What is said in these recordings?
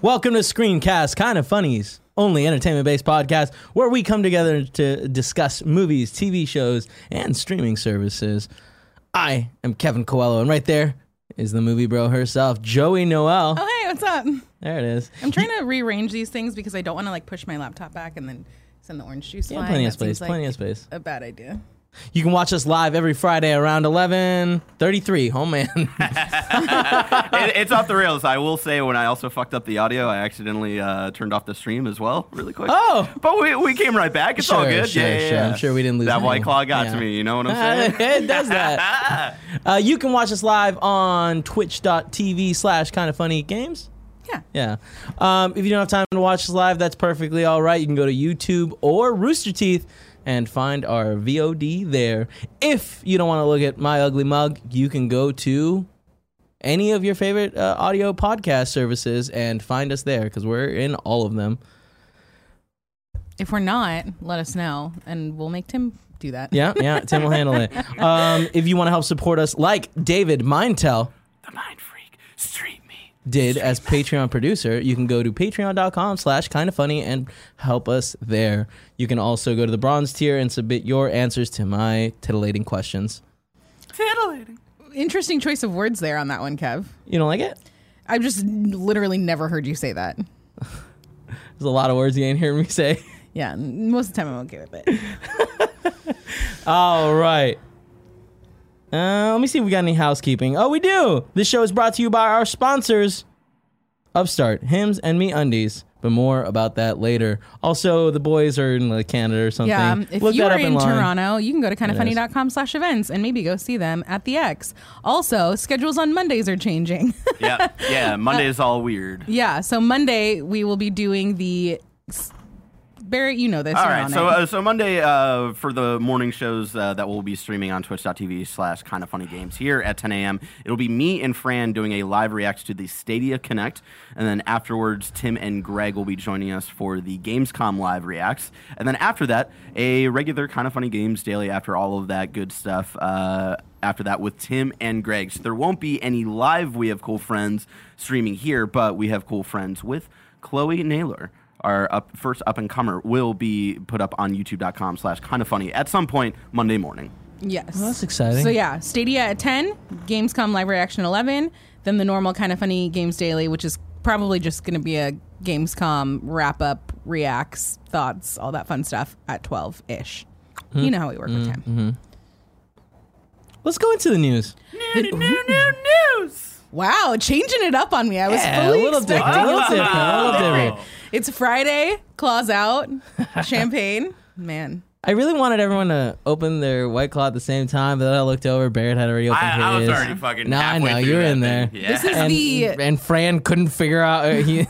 Welcome to Screencast, kind of funnies, only entertainment based podcast where we come together to discuss movies, TV shows, and streaming services. I am Kevin Coelho, and right there is the movie bro herself, Joey Noel. Oh, hey, what's up? There it is. I'm trying to rearrange these things because I don't want to like push my laptop back and then send the orange juice Yeah, line. plenty of That space, seems like plenty of space. A bad idea. You can watch us live every Friday around 11:33. Oh man. it, it's off the rails. I will say when I also fucked up the audio, I accidentally uh, turned off the stream as well, really quick. Oh! but we, we came right back. It's all Sure, good. sure, yeah, yeah, sure. I'm yeah. sure we didn't lose that white anything. claw got Yeah. to me. You know what I'm saying? it does that. Uh, you can watch us live on twitch.tv slash kind of funny games. Yeah. Yeah. Um, if you don't have time to watch us live, that's perfectly all right. You can go to YouTube or Rooster Teeth and find our VOD there. If you don't want to look at my ugly mug, you can go to any of your favorite uh, audio podcast services and find us there because we're in all of them. If we're not, let us know and we'll make Tim do that. Yeah, yeah. Tim will handle it. Um, if you want to help support us, like David Mindtell The mind freak, stream me. did as Patreon producer, you can go to patreon.com slash kind of funny and help us there. You can also go to the bronze tier and submit your answers to my titillating questions. Titillating. Interesting choice of words there on that one, Kev. You don't like it? I've just literally never heard you say that. There's a lot of words you ain't hearing me say. Yeah, n- most of the time I'm okay with it. All right. Uh, let me see if we got any housekeeping. Oh, we do. This show is brought to you by our sponsors, Upstart, Hims, and Me Undies. But more about that later. Also, the boys are in like Canada or something. Yeah, um, if Look you that are up in line. Toronto, you can go to is. kindoffunny.com slash events and maybe go see them at the X. Also, schedules on Mondays are changing. yeah, yeah. Monday is all weird. Yeah, so Monday we will be doing the Barrett, you know this. All you're right, on so it. uh, so Monday uh, for the morning shows uh, that we'll be streaming on twitch.tv slash kind of funny games here at 10 a.m. It'll be me and Fran doing a live react to the Stadia Connect, and then afterwards Tim and Greg will be joining us for the Gamescom live reacts, and then after that a regular kind of funny games daily after all of that good stuff. Uh, after that with Tim and Greg, so there won't be any live We Have Cool Friends streaming here, but we have cool friends with Chloe Naylor our up, first up and comer will be put up on youtube.com slash kind of funny at some point monday morning yes, Oh, that's exciting. So yeah, Stadia at ten, Gamescom live reaction eleven, then the normal kind of funny games daily, which is probably just going to be a Gamescom wrap up, reacts, thoughts, all that fun stuff at twelve ish. Mm-hmm. You know how we work with time. Let's go into the news. news Wow, changing it up on me. I was Yeah, a fully little different. A expecting. little different. A little different. It's Friday, claws out, champagne, man. I really wanted everyone to open their white claw at the same time, but then I looked over. Barrett had already opened I, I was his. already fucking No, I halfway know through you're that in there. thing. yeah. This is And, the and Fran couldn't figure out. uh, he,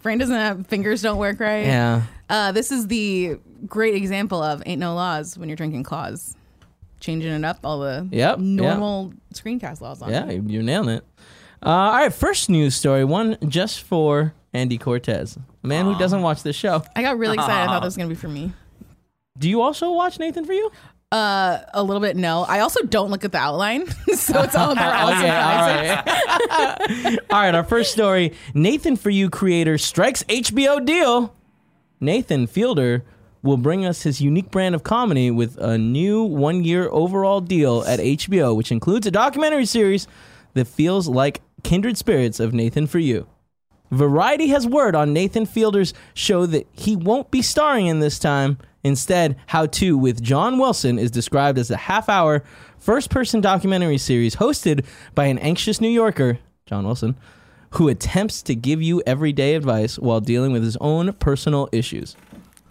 Brain doesn't have fingers, don't work right. yeah. Uh, this is the great example of ain't no laws when you're drinking claws, changing it up all the Yep, normal screencast laws on. Yeah, it. you, you nailed it. Uh, all right, first news story, one just for Andy Cortez, a man who doesn't watch this show. I got really excited. I thought that was gonna be for me. Do you also watch Nathan for You? Uh, a little bit. No, I also don't look at the outline, so it's all they're all Okay, surprises. right. all right, our first story Nathan for You creator strikes HBO deal. Nathan Fielder will bring us his unique brand of comedy with a new one year overall deal at HBO, which includes a documentary series that feels like kindred spirits of Nathan for You. Variety has word on Nathan Fielder's show that he won't be starring in this time. Instead, How To with John Wilson is described as a half hour, first person documentary series hosted by an anxious New Yorker, John Wilson, who attempts to give you everyday advice while dealing with his own personal issues.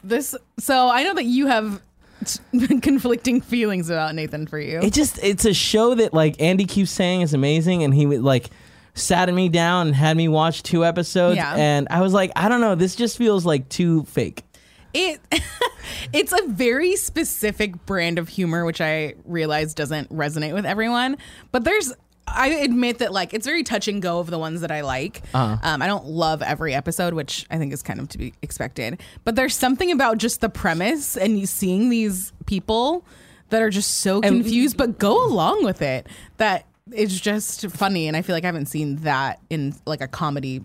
This. So I know that you have t- conflicting feelings about Nathan for you. It just, it's a show that like Andy keeps saying is amazing, and he would like sat me down and had me watch two episodes, Yeah. and I was like, I don't know, this just feels like too fake. it it's a very specific brand of humor which i realize doesn't resonate with everyone but there's i admit that like it's very touch and go of the ones that i like um, i don't love every episode which i think is kind of to be expected but there's something about just the premise and you seeing these people that are just so confused but go along with it that it's just funny and i feel like i haven't seen that in like a comedy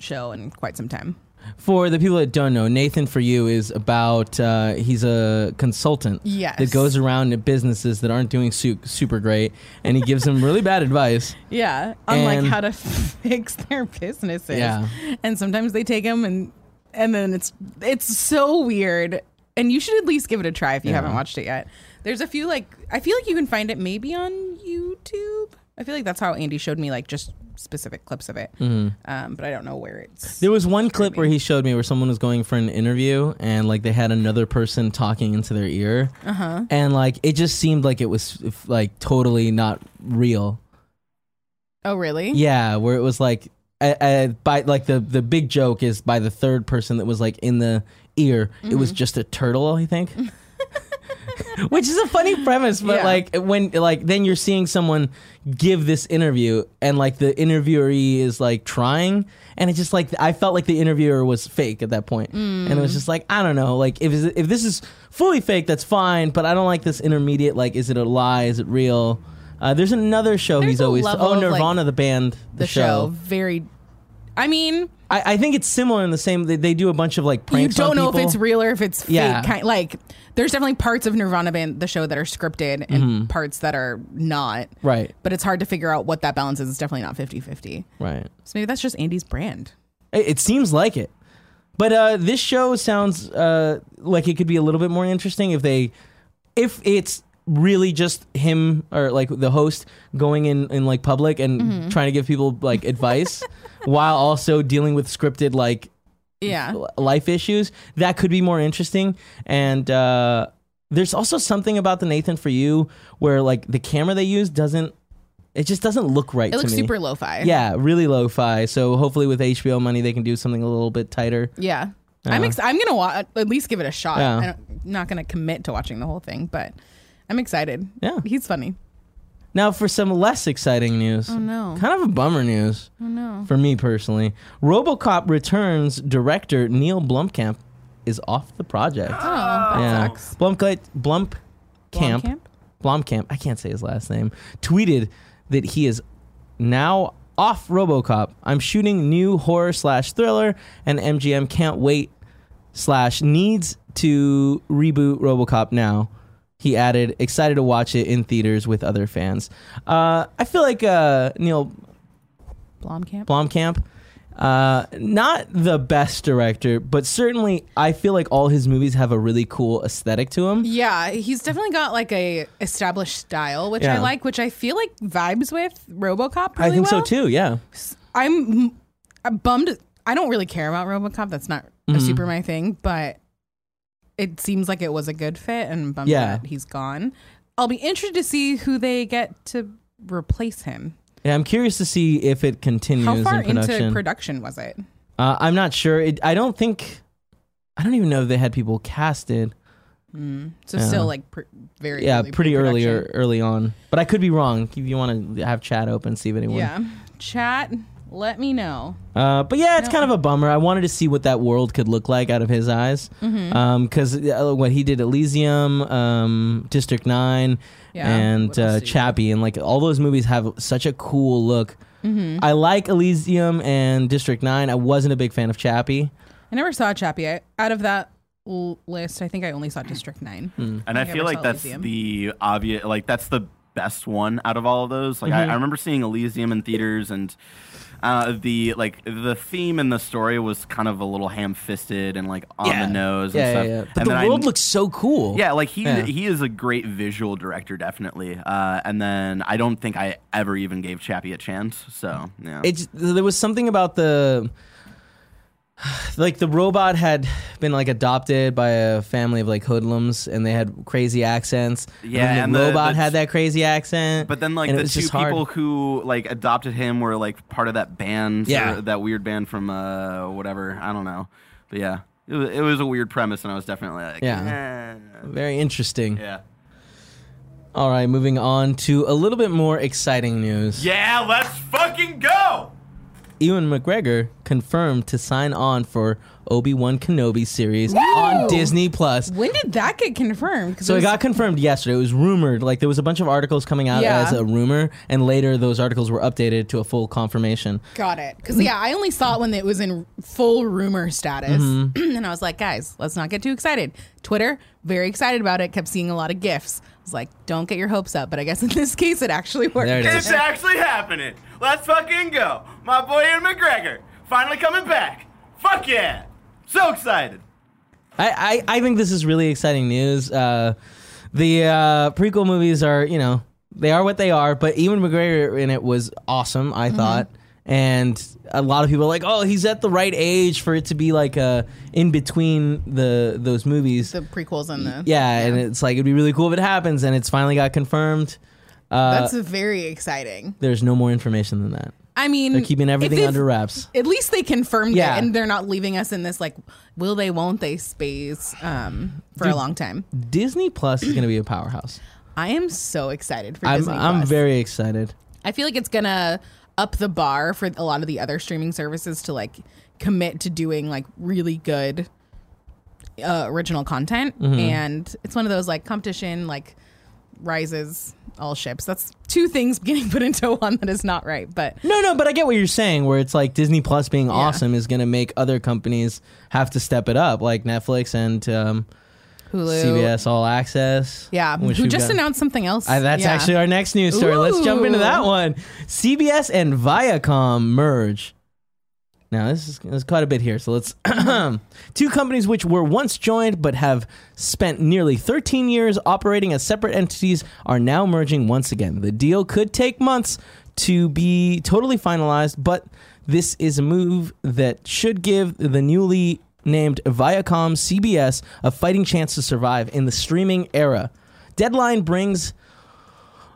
show in quite some time. For the people that don't know, Nathan for you is about uh, he's a consultant Yes. that goes around to businesses that aren't doing su- super great, and he gives them really bad advice. Yeah, on like And- how to fix their businesses. Yeah. and sometimes they take them, and and then it's it's so weird. And you should at least give it a try if you haven't watched it yet. There's a few like I feel like you can find it maybe on YouTube. I feel like that's how Andy showed me like just specific clips of it. Mm-hmm. Um, but I don't know where it's. There was one clip where he showed me where someone was going for an interview and like they had another person talking into their ear. And like it just seemed like it was f- like totally not real. Oh really? Yeah, where it was like uh, uh, by like the the big joke is by the third person that was like in the ear. It was Mm-hmm. just a turtle, I think. Which is a funny premise, but Yeah. like when like then you're seeing someone give this interview and like the interviewee is like trying and it's just like I felt like the interviewer was fake at that point. And it was Mm. just like I don't know, like if is- if this is fully fake that's fine, but I don't like this intermediate like is it a lie, is it real? Uh, there's another show There's he's a always level oh of, like, Nirvana the band the, The, show. show very. I mean, I, I think it's similar in the same. They, they do a bunch of like you pranks. don't on know if people. it's real or if it's fake. Yeah. Kind, like, there's definitely parts of Nirvana Band, the show, that are scripted and Mm-hmm. parts that are not. Right. But it's hard to figure out what that balance is. It's definitely not 50 50. Right. So maybe that's just Andy's brand. It, it seems like it. But uh, this show sounds uh, like it could be a little bit more interesting if they, if it's really just him or like the host going in in like public and Mm-hmm. trying to give people like advice while also dealing with scripted like Yeah. l- life issues that could be more interesting and uh there's also something about the nathan for you where like the camera they use doesn't it just doesn't look right It to looks me super lo fi. yeah really lo-fi so hopefully with hbo money they can do something a little bit tighter Yeah. I'm ex- I'm gonna wa- at least give it a shot. Yeah. I don't, I'm not gonna commit to watching the whole thing, but I'm excited. Yeah. he's funny. now for some less exciting news oh no. kind of a bummer news oh no for me personally robocop returns director neil blumkamp is off the project Oh, that yeah. sucks. Blumkamp, Blump Camp, Blomkamp? Blomkamp, I can't say his last name, tweeted that he is now off RoboCop. I'm shooting new horror slash thriller, and MGM can't wait slash needs to reboot RoboCop now. He added, excited to watch it in theaters with other fans. Uh, I feel like uh, Neil Blomkamp. Blomkamp. Uh, not the best director, but certainly I feel like all his movies have a really cool aesthetic to them. Yeah, he's definitely got like a established style, which Yeah. I like, which I feel like vibes with RoboCop. I Really think so well. too. Yeah, I'm, I'm bummed. I don't really care about RoboCop. That's not Mm-hmm. a super my thing, but it seems like it was a good fit, and I'm bummed Yeah. that he's gone. I'll be interested to see who they get to replace him. yeah. I'm curious to see if it continues How far in production. into production was it? uh, I'm not sure. It, I don't think. I don't even know if they had people casted. Mm, So still like pr- very Yeah, early pretty early pre-production. or early on. But I could be wrong. If you want to have chat open, see if anyone. Yeah, chat. Let me know. Uh, but yeah, it's kind of a bummer. I wanted to see what that world could look like out of his eyes, Mm-hmm. because uh, what he did, Elysium, um, District Nine, Yeah, and what else uh, did he do? Chappie, and like all those movies have such a cool look. Mm-hmm. I like Elysium and District Nine. I wasn't a big fan of Chappie. I never saw Chappie. I, out of that l- list, I think I only saw District Nine. Hmm. And I think I feel ever like saw that's Elysium. the obvious, like that's the best one out of all of those. Like Mm-hmm. I, I remember seeing Elysium in theaters, and uh, the like the theme and the story was kind of a little ham-fisted and like on Yeah. the nose and Yeah, yeah, stuff. yeah. But And the then I- world looks so cool. yeah, like he Yeah. he is a great visual director, definitely. Uh, and then I don't think I ever even gave Chappie a chance. So yeah, it's there was something about the like the robot had been like adopted by a family of like hoodlums and they had crazy accents Yeah, and then and the the- robot the- had that crazy accent But then, like and it the was two just hard. people who like adopted him were like part of that band, Yeah. or that weird band from uh whatever I don't know, but yeah, it was, it was a weird premise, and I was definitely like, Yeah. "Eh." very interesting yeah, all right moving on to a little bit more exciting news yeah, let's fucking go. Ewan McGregor confirmed to sign on for Obi Wan Kenobi series on Disney Plus. When did that get confirmed? 'Cause So it was- got confirmed yesterday. It was rumored. Like there was a bunch of articles coming out Yeah. as a rumor, and later those articles were updated to a full confirmation. Got it. Because yeah, I only saw it when it was in full rumor status, Mm-hmm. and I was like, guys, let's not get too excited. Twitter very excited about it. Kept seeing a lot of gifs. I was like, don't get your hopes up. But I guess in this case, it actually worked. There it is. It's actually happening. Let's fucking go. My boy Ian McGregor finally coming back. Fuck yeah. So excited. I, I, I think this is really exciting news. Uh, the uh, prequel movies are, you know, they are what they are, but Ewan McGregor in it was awesome, I thought. And a lot of people are like, oh, he's at the right age for it to be like uh, in between the those movies. The prequels and the yeah, and it's like, it'd be really cool if it happens, and it's finally got confirmed. that's very exciting. There's no more information than that. I mean, They're keeping if everything they've- under wraps. At least they confirmed Yeah. it, and they're not leaving us in this like, will they, won't they space um, for a long time. Disney Plus is going to be a powerhouse. I am so excited for I'm, Disney. I'm Plus. very excited. I feel like it's gonna up the bar for a lot of the other streaming services to like commit to doing like really good uh, original content, Mm-hmm. and it's one of those like competition like rises all ships. That's two things getting put into one that is not right, but No, no, but I get what you're saying. Where it's like Disney Plus being awesome is going to make other companies have to step it up, like Netflix and um, Hulu, CBS All Access. yeah, which who we've just got- announced something else. Uh, that's Yeah. actually our next news story. Let's jump into Ooh. that one. CBS and Viacom merge. Now this is there's quite a bit here, so let's. Two companies which were once joined but have spent nearly 13 years operating as separate entities are now merging once again. The deal could take months to be totally finalized, but this is a move that should give the newly named Viacom CBS a fighting chance to survive in the streaming era. Deadline brings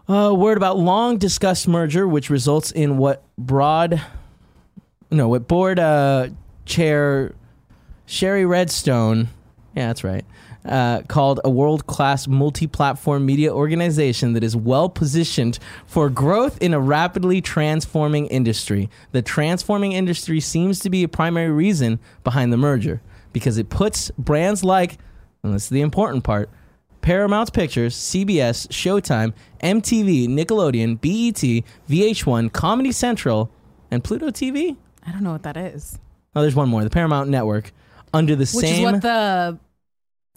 a uh, word about long discussed merger, which results in what broad, no, what board uh, chair Sherry Redstone, yeah, that's right, uh, called a world class multi platform media organization that is well positioned for growth in a rapidly transforming industry. The transforming industry seems to be a primary reason behind the merger because it puts brands like, and this is the important part, Paramount Pictures, CBS, Showtime, MTV, Nickelodeon, E BET, VH1, Comedy Central, and Pluto TV. I don't know what that is, Oh, there's one more. The Paramount Network under the which same. is what the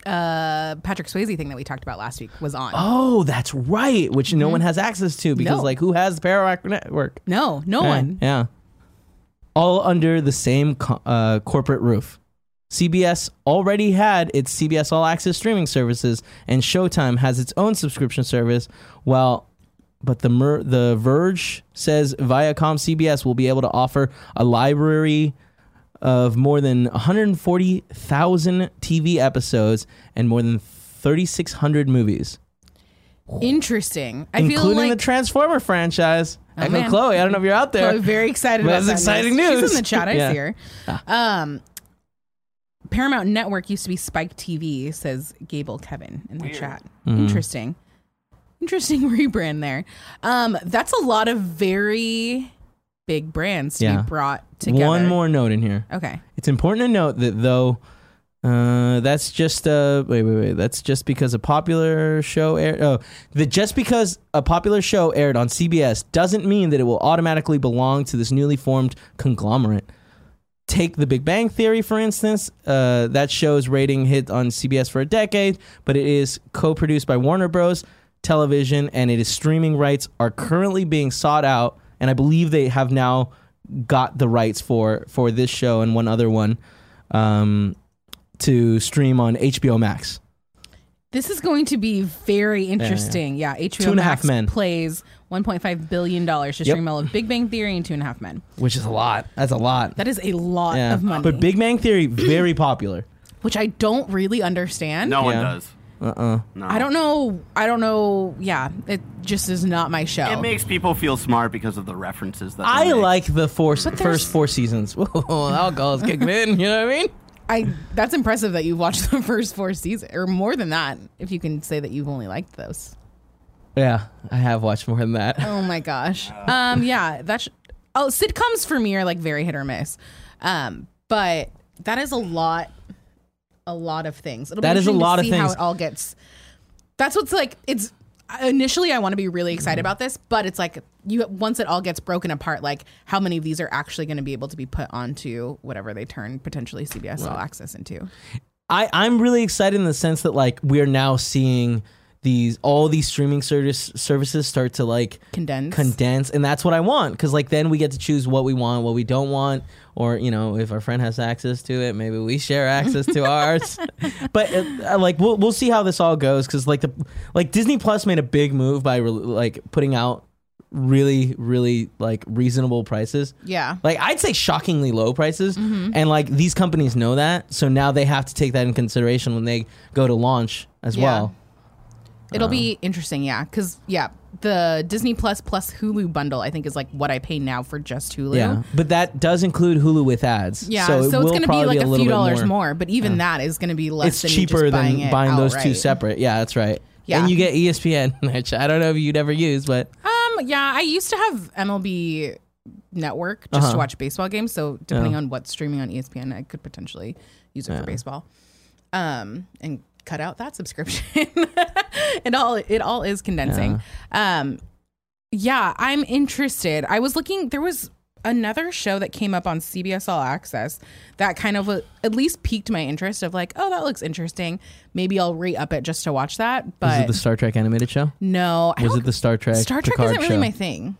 uh, Patrick Swayze thing that we talked about last week was on. oh, that's right. Which no one has access to because, Mm-hmm. No. like, who has the Paramount Network? No, no Yeah, one. Yeah. All under the same co- uh, corporate roof. CBS already had its CBS All Access streaming services, and Showtime has its own subscription service. While, but the mer- the Verge says Viacom CBS will be able to offer a library of more than 140,000 TV episodes and more than 3,600 movies, Interesting. I feel including like Oh, the Transformer franchise. Echo man. Chloe, I don't know if you're out there. I'm very excited But about that's that exciting news. She's in the chat. I Yeah. Ah. see her. Um, Paramount Network used to be Spike TV, says Gable Kevin in the chat. Mm-hmm. Interesting. Interesting rebrand there. Um, that's a lot of very big brands to Yeah. be brought together. Oh. One more note in here. Okay. It's important to note that though uh, that's just uh wait wait wait that's just because a popular show aired oh that just because a popular show aired on CBS doesn't mean that it will automatically belong to this newly formed conglomerate. Take The Big Bang Theory for instance. Uh, that show's rating hit on CBS for a decade, but it is co-produced by Warner Bros. Television and it is streaming rights are currently being sought out, and I believe they have now got the rights for for this show and one other one um, to stream on HBO Max. This is going to be very interesting. Yeah, HBO Two and a Half Max Men. plays 1.5 billion dollars to stream all of Big Bang Theory and Two and a Half Men. Which is a lot. That's a lot. That is a lot Yeah. of money, But Big Bang Theory very popular. which I don't really understand. No one Yeah. does. Uh uh No. I don't know. I don't know. Yeah, it just is not my show. It makes people feel smart because of the references that they I make. like the four there's- first four seasons. Whoa, alcohol's kicking in. You know what I mean? I that's impressive that you've watched the first four seasons or more than that. If you can say that you've only liked those. Yeah, I have watched more than that. Oh my gosh. Um. Yeah. That's. oh, sitcoms for me are like very hit or miss. Um, but that is a lot, a lot of things. It'll That be is a interesting lot to of see How things. it all gets. That's what's like. It's initially I want to be really excited about this, but it's like you once it all gets broken apart, like how many of these are actually going to be able to be put onto whatever they turn potentially CBS All Access into. I, I'm really excited in the sense that like we're now seeing these all these streaming service services start to like Condense. condense and that's what I want because like then we get to choose what we want, what we don't want, or you know if our friend has access to it, maybe we share access to ours. But uh, like we'll we'll see how this all goes because like the like Disney Plus made a big move by re- like putting out really really like reasonable prices yeah. like I'd say shockingly low prices, Mm-hmm. and like these companies know that, so now they have to take that in consideration when they go to launch as Yeah. well. Oh. It'll be interesting, yeah, because yeah, the Disney Plus plus Hulu bundle I think is like what I pay now for just Hulu. Yeah, but that does include Hulu with ads. Yeah, so, it so, it's will going to be probably like a, little few bit dollars more. more, but even that is going to be less. It's than you cheaper than just buying, buying, it those two outright. separate. Yeah, that's right. Yeah. and you get E ESPN, which I don't know if you'd ever use, but Um, yeah, I used to have MLB Network just Uh-huh. to watch baseball games. So depending Yeah. on what's streaming on E ESPN, I could potentially use it for baseball. Um, and cut out that subscription. it all it all is condensing. Um, yeah, I'm interested. I was looking. There was another show that came up on CBS All Access that kind of uh, at least piqued my interest of like, oh, that looks interesting. Maybe I'll re up it just to watch that. was But it the Star Trek animated show? no, I Was don't it the Star Trek? Star Trek Picard isn't really show? my thing.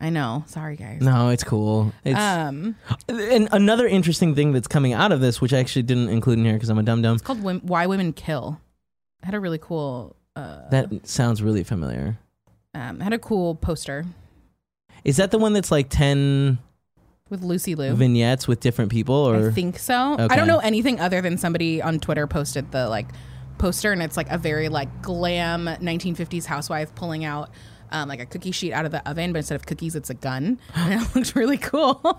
I know. Sorry, guys. No, it's cool. It's Um, and another interesting thing that's coming out of this, which I actually didn't include in here because I'm a dum dum. it's called Wom- "Why Women Kill." It had a really cool. Uh, That sounds really familiar. um, it had a cool poster Is that the one that's like 10 with Lucy Liu. vignettes with different people or I think so. I Okay. don't know anything other than somebody on Twitter posted the like poster, and it's like a very like glam 1950s housewife pulling out. Um, like a cookie sheet out of the oven, but instead of cookies, it's a gun. And it looks really cool.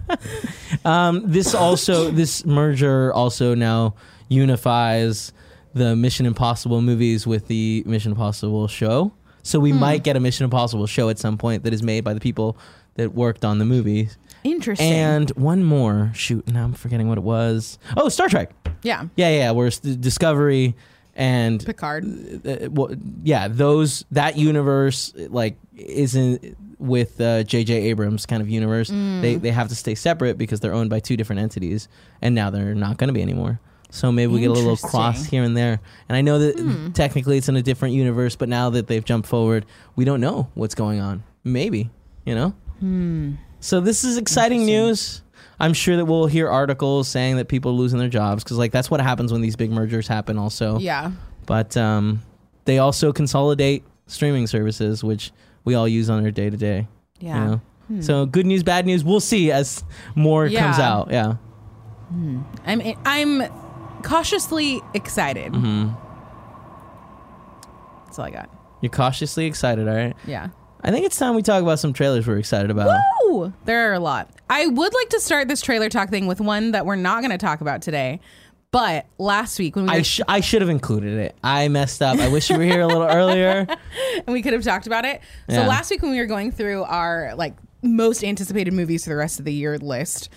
um this also this merger also now unifies the Mission Impossible movies with the Mission Impossible show. So Hmm. we might get a Mission Impossible show at some point that is made by the people that worked on the movies. Interesting. And one more, shoot, now I'm forgetting what it was. Oh, Star Trek. yeah. Yeah, yeah, where it's the Discovery and Picard. uh, well, yeah, those that universe like isn't with uh, J.J. Abrams kind of universe. They they have to stay separate because they're owned by two different entities, and now they're not going to be anymore. So maybe we get a little cross Interesting. here and there. And I know that technically it's in a different universe, but now that they've jumped forward, we don't know what's going on. Maybe you know. So this is exciting news. I'm sure that we'll hear articles saying that people are losing their jobs because like that's what happens when these big mergers happen. Also, Yeah. but um, they also consolidate streaming services, which we all use on our day to day. Yeah. Hmm. So good news, bad news. We'll see as more comes Yeah. out. Yeah. I'm I'm cautiously excited. That's all I got. You're cautiously excited, all right? Yeah. I think it's time we talk about some trailers we're excited about. Oh, there are a lot. I would like to start this trailer talk thing with one that we're not going to talk about today. But last week when we, I were, sh- I should have included it. I messed up. I wish you were here a little earlier. and we could have talked about it. So Yeah. last week when we were going through our like most anticipated movies for the rest of the year list,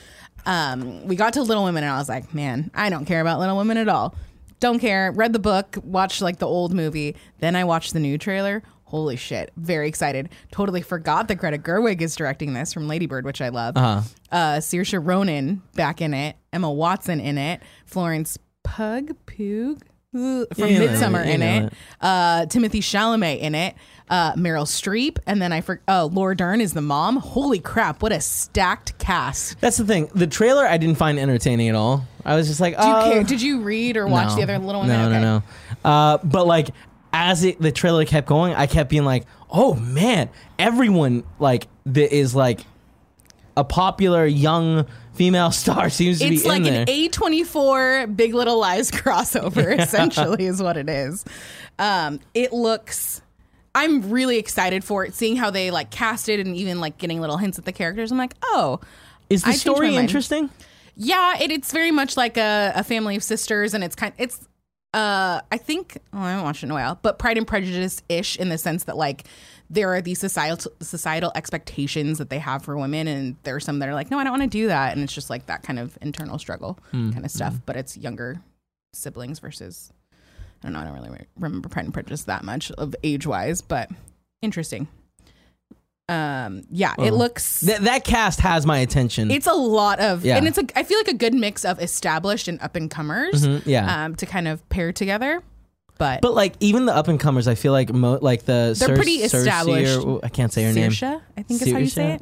um, we got to Little Women and I was like, man, I don't care about Little Women at all. Don't care. Read the book, watched like the old movie, then I watched the new trailer. Holy shit! Very excited. Totally forgot that Greta Gerwig is directing this from Ladybird, which I love. Uh-huh. Uh, Saoirse Ronan back in it. Emma Watson in it. Florence Pug Pug from You know it, Midsummer you in know it it. uh, Timothy Chalamet in it, uh, Meryl Streep, and then I for oh Laura Dern is the mom. Holy crap! What a stacked cast. That's the thing. The trailer I didn't find entertaining at all. I was just like, Do you oh, care? Did you read or watch No. the other Little No, Women? Okay. no, no. Uh, but like as it, the trailer kept going, I kept being like, "Oh man, everyone like that is like a popular young female star seems to It's be like in there." an A twenty four Big Little Lies crossover, essentially, is what it is. Um, it looks. I'm really excited for it, seeing how they like cast it and even like getting little hints at the characters. I'm like, oh, is the I changed my story mind. interesting? Yeah, it, it's very much like a, a family of sisters, and it's kind. It's uh, I think oh, I haven't watched it in a while, but Pride and Prejudice ish in the sense that like there are these societal societal expectations that they have for women, and there are some that are like, no, I don't want to do that, and it's just like that kind of internal struggle kind of stuff. But it's younger siblings versus I don't know, I don't really re- remember Pride and Prejudice that much of age wise, but interesting. Um, yeah, it looks Th- that cast has my attention. it's a lot of Yeah. and it's a i feel like a good mix of established and up and comers Mhm, yeah. um to kind of pair together but, but like even the up and comers, I feel like mo- like the They're Cer- pretty Cersei or- established. ooh, I can't say her name. Saoirse, i think is how you say Saoirse? it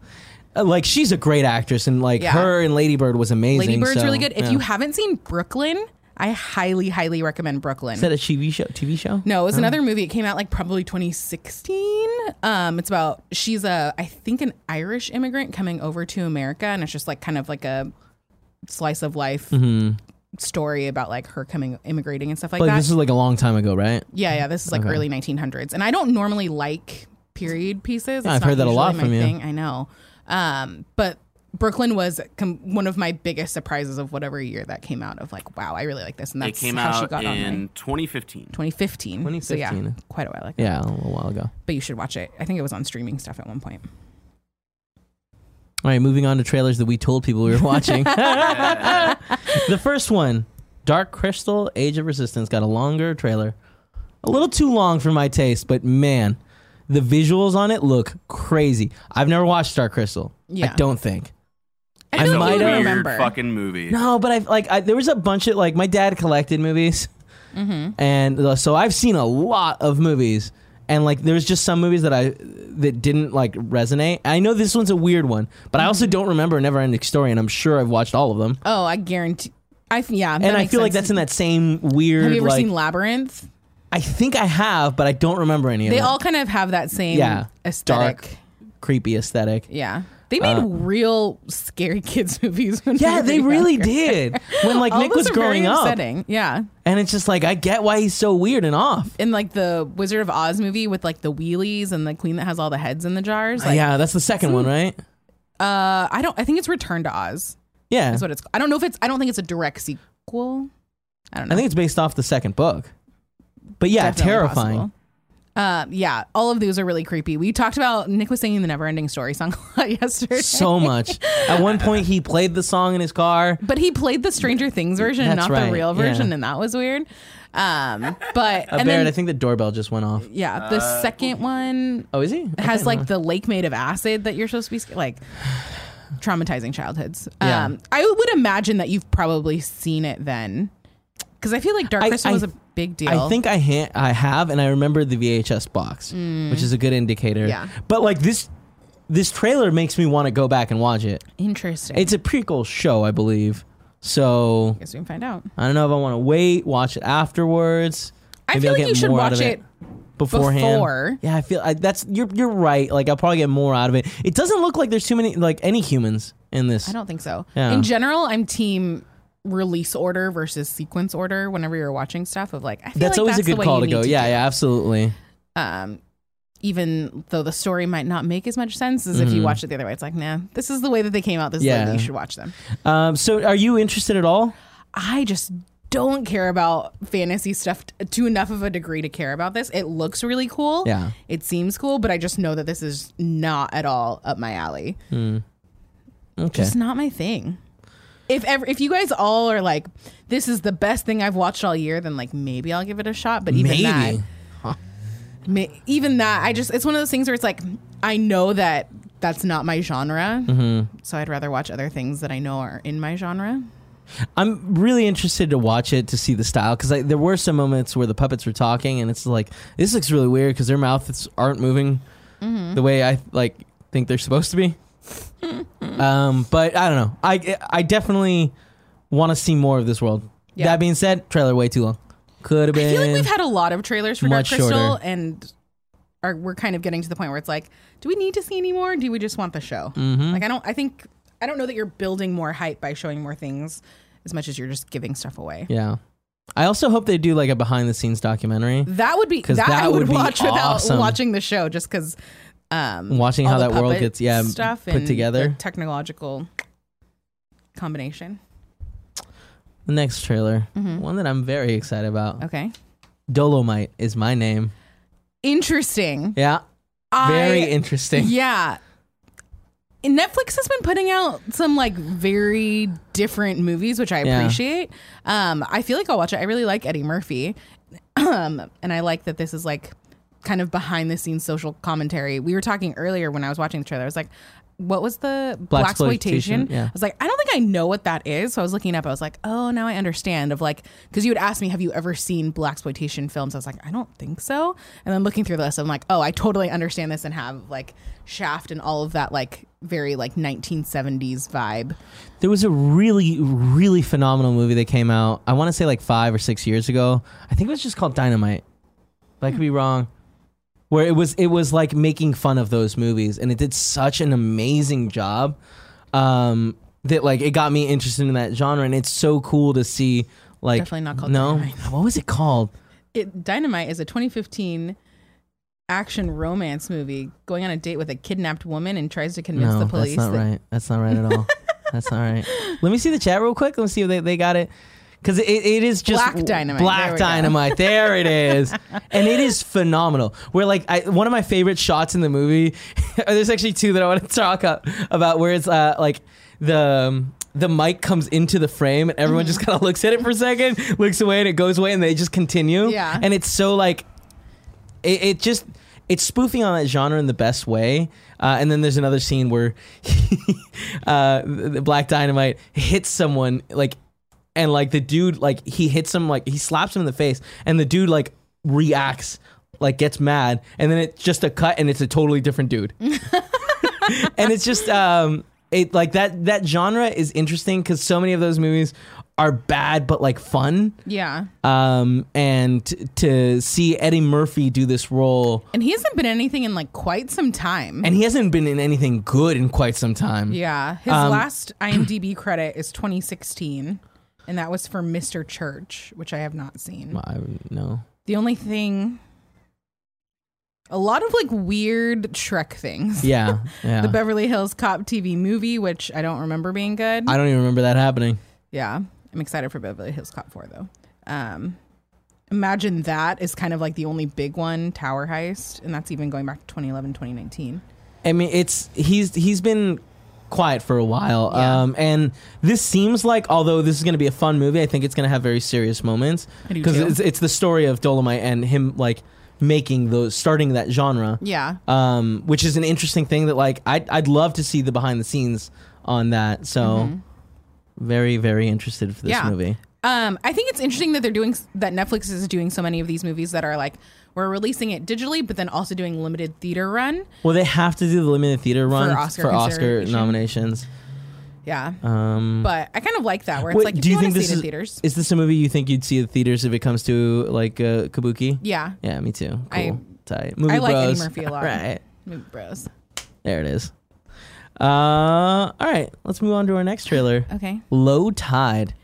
Uh, Like she's a great actress, and like Yeah. her and Lady Bird was amazing. lady bird's so, really good if yeah. you haven't seen brooklyn i highly highly recommend brooklyn is that a TV show? TV show? no, it was another movie. It came out like probably 2016. Um, it's about she's a I think an Irish immigrant coming over to America, and it's just like kind of like a slice of life story about like her coming immigrating and stuff like Like that. Mm-hmm. this is like a long time ago, right? Yeah, yeah. This is like early 1900s, and I don't normally like period pieces. I've not heard that a usually lot my from you. Thing. I know, um, but Brooklyn was com- one of my biggest surprises of whatever year that came out. Of like, wow, I really like this, and It that's came how she out got on. in my- 2015. 2015. So yeah, 2015. quite a while ago. Yeah, a little while ago. But you should watch it. I think it was on streaming stuff at one point. All right, moving on to trailers that we told people we were watching. the first one, Dark Crystal: Age of Resistance, got a longer trailer, a little too long for my taste, but man, the visuals on it look crazy. I've never watched Dark Crystal. Yeah. I don't think. I, I feel might like you have- weird remember. fucking movie. No, but I like I, there was a bunch of like my dad collected movies, Mm-hmm. and uh, so I've seen a lot of movies, and like there's just some movies that I that didn't like resonate. I know this one's a weird one, but I Mm-hmm. also don't remember a never ending story, and I'm sure I've watched all of them. oh, I guarantee. I yeah, and I feel like that's in that same weird. Have you ever like, seen Labyrinth? I think I have, but I don't remember any They of all kind of have that same Yeah. aesthetic. Dark. it. Creepy aesthetic. Yeah. They made real scary kids movies. When Uh, Yeah, we they were really younger. did. When like All Nick those was are very growing up, upsetting. Yeah. and it's just like I get why he's so weird and off. In like the Wizard of Oz movie with like the wheelies and the queen that has all the heads in the jars. Like, hmm. yeah, that's the second one, right? Uh, I don't. I think it's Return to Oz. Yeah, That's what it's. I don't know if it's. I don't think it's a direct sequel. I don't know. I think it's based off the second book. But yeah, Definitely terrifying. possible. Uh, yeah, all of these are really creepy. We talked about Nick was singing the Never Ending Story song a lot yesterday. So much. At one point, he played the song in his car. But he played the Stranger Things version, and That's not right, the real yeah. version, and that was weird. Um, but Uh, and Barrett, then, I think the doorbell just went off. yeah, the second one Oh, is he? has like the lake made of acid that you're supposed to be sca- like traumatizing childhoods. Yeah. Um, I would imagine that you've probably seen it then, because I feel like Dark I- Crystal I- was a big deal. I think I ha- I have, and I remember the VHS box, which is a good indicator. Mm. Yeah. But like this, this trailer makes me want to go back and watch it. interesting. It's a prequel show, I believe. So guess we can find out. I don't know if I want to wait, watch it afterwards. I Maybe feel I'll like get you should more out watch of it beforehand. before. Yeah, I feel I, that's you're you're right. Like I'll probably get more out of it. It doesn't look like there's too many like any humans in this. I don't think so. Yeah. In general, I'm team release order versus sequence order whenever you're watching stuff of like I feel that's like always that's a the good way call you to need go. yeah, do it. yeah, absolutely. Um even though the story might not make as much sense as if you watch it the other way. It's like, nah, this is the way that they came out. This is the Mm-hmm. Yeah. way that you should watch them. Um, so are you interested at all? I just don't care about fantasy stuff t- to enough of a degree to care about this. It looks really cool. Yeah. It seems cool, but I just know that this is not at all up my alley. Okay. It's not my thing. If ever, if you guys all are like, this is the best thing I've watched all year, then like maybe I'll give it a shot. But even Maybe. that, ma- even that, I just it's one of those things where it's like I know that that's not my genre, Mm-hmm. so I'd rather watch other things that I know are in my genre. I'm really interested to watch it to see the style because there were some moments where the puppets were talking and it's like this looks really weird because their mouths aren't moving Mm-hmm. the way I like think they're supposed to be. um, but I don't know. I I definitely want to see more of this world. Yeah. That being said, trailer way too long. Could have I feel like been. we've had a lot of trailers for Dark Eh, Much Crystal, shorter. and are we're kind of getting to the point where it's like, do we need to see any more? Or do we just want the show? Mm-hmm. Like I don't, I think I don't know that you're building more hype by showing more things as much as you're just giving stuff away. yeah. I also hope they do like a behind the scenes documentary, That would be 'Cause that, that I would, would be watch without awesome. watching the show, just because um, watching how all the that world puppet gets yeah stuff put and together. the technological combination. the next trailer, one that I'm very excited about. Mm-hmm. Okay. Dolomite is my name. Interesting. Yeah, very I- interesting. Yeah. And Netflix has been putting out some like very different movies, which I Yeah. appreciate. Um, I feel like I'll watch it. I really like Eddie Murphy. um, and I like that this is like kind of behind the scenes social commentary. We were talking earlier when I was watching the trailer. I was like, what was the black Blaxploitation, exploitation? yeah. I was like, I don't think I know what that is. So I was looking it up. I was like, oh, now I understand. Of like, because you would ask me, have you ever seen black exploitation films? I was like, I don't think so. And then looking through the list, I'm like, oh, I totally understand this and have like Shaft and all of that like very like 1970s vibe. There was a really, really phenomenal movie that came out. I want to say like five or six years ago. I think it was just called Dynamite. But I could be wrong. Where it was, it was like making fun of those movies, and it did such an amazing job um, that like it got me interested in that genre. And it's so cool to see like Definitely not called no. Dynamite. What was it called? It, Dynamite is a 2015 action romance movie going on a date with a kidnapped woman and tries to convince no, the police that's not that right. That's not right at all. that's not right. Let me see the chat real quick. Let me see if they, they got it. Because it, it is just Black Dynamite. Black There we go. dynamite. There it is, and it is phenomenal. Where like I, one of my favorite shots in the movie. there's actually two that I want to talk up, about. Where it's uh, like the um, the mic comes into the frame and everyone just kind of looks at it for a second, looks away, and it goes away, and they just continue. Yeah. and it's so like it, it just it's spoofing on that genre in the best way. Uh, and then there's another scene where uh, the the Black Dynamite hits someone like, and like the dude like he hits him like he slaps him in the face, and the dude like reacts like gets mad, and then it's just a cut, and it's a totally different dude. and it's just um it like that that genre is interesting because so many of those movies are bad but like fun yeah. um, and t- to see Eddie Murphy do this role, And he hasn't been anything in like quite some time. and he hasn't been in anything good in quite some time. yeah. His Um, last IMDb credit is 2016. And that was for Mr. Church, which I have not seen. I no. The only thing, a lot of like weird Shrek things. Yeah, yeah. The Beverly Hills Cop TV movie, which I don't remember being good. I don't even remember that happening. Yeah, I'm excited for Beverly Hills Cop 4 though. Um, imagine that is kind of like the only big one, Tower Heist, and that's even going back to 2011, 2019. I mean, it's he's he's been quiet for a while, Yeah. um, and this seems like although this is going to be a fun movie, I think it's going to have very serious moments I do too. it's, it's the story of Dolomite and him like making those starting that genre. Yeah, um, which is an interesting thing that like I'd, I'd love to see the behind the scenes on that. So very very interested for this Mm-hmm. Yeah. movie. Um, I think it's interesting that they're doing that Netflix is doing so many of these movies that are like we're releasing it digitally, but then also doing limited theater run. Well, they have to do the limited theater run for Oscar, Oscar consideration. nominations. Yeah, Um, but I kind of like that where it's wait, like if do you, think want to this see it in is theaters? is this a movie you think you'd see at theaters if it comes to like uh, Kabuki? Yeah, Yeah, me too. Cool, I- tight. Movie I like Eddie bros. Murphy a lot. right movie bros. there it is. Uh, all right, let's move on to our next trailer. Okay. Low Tide.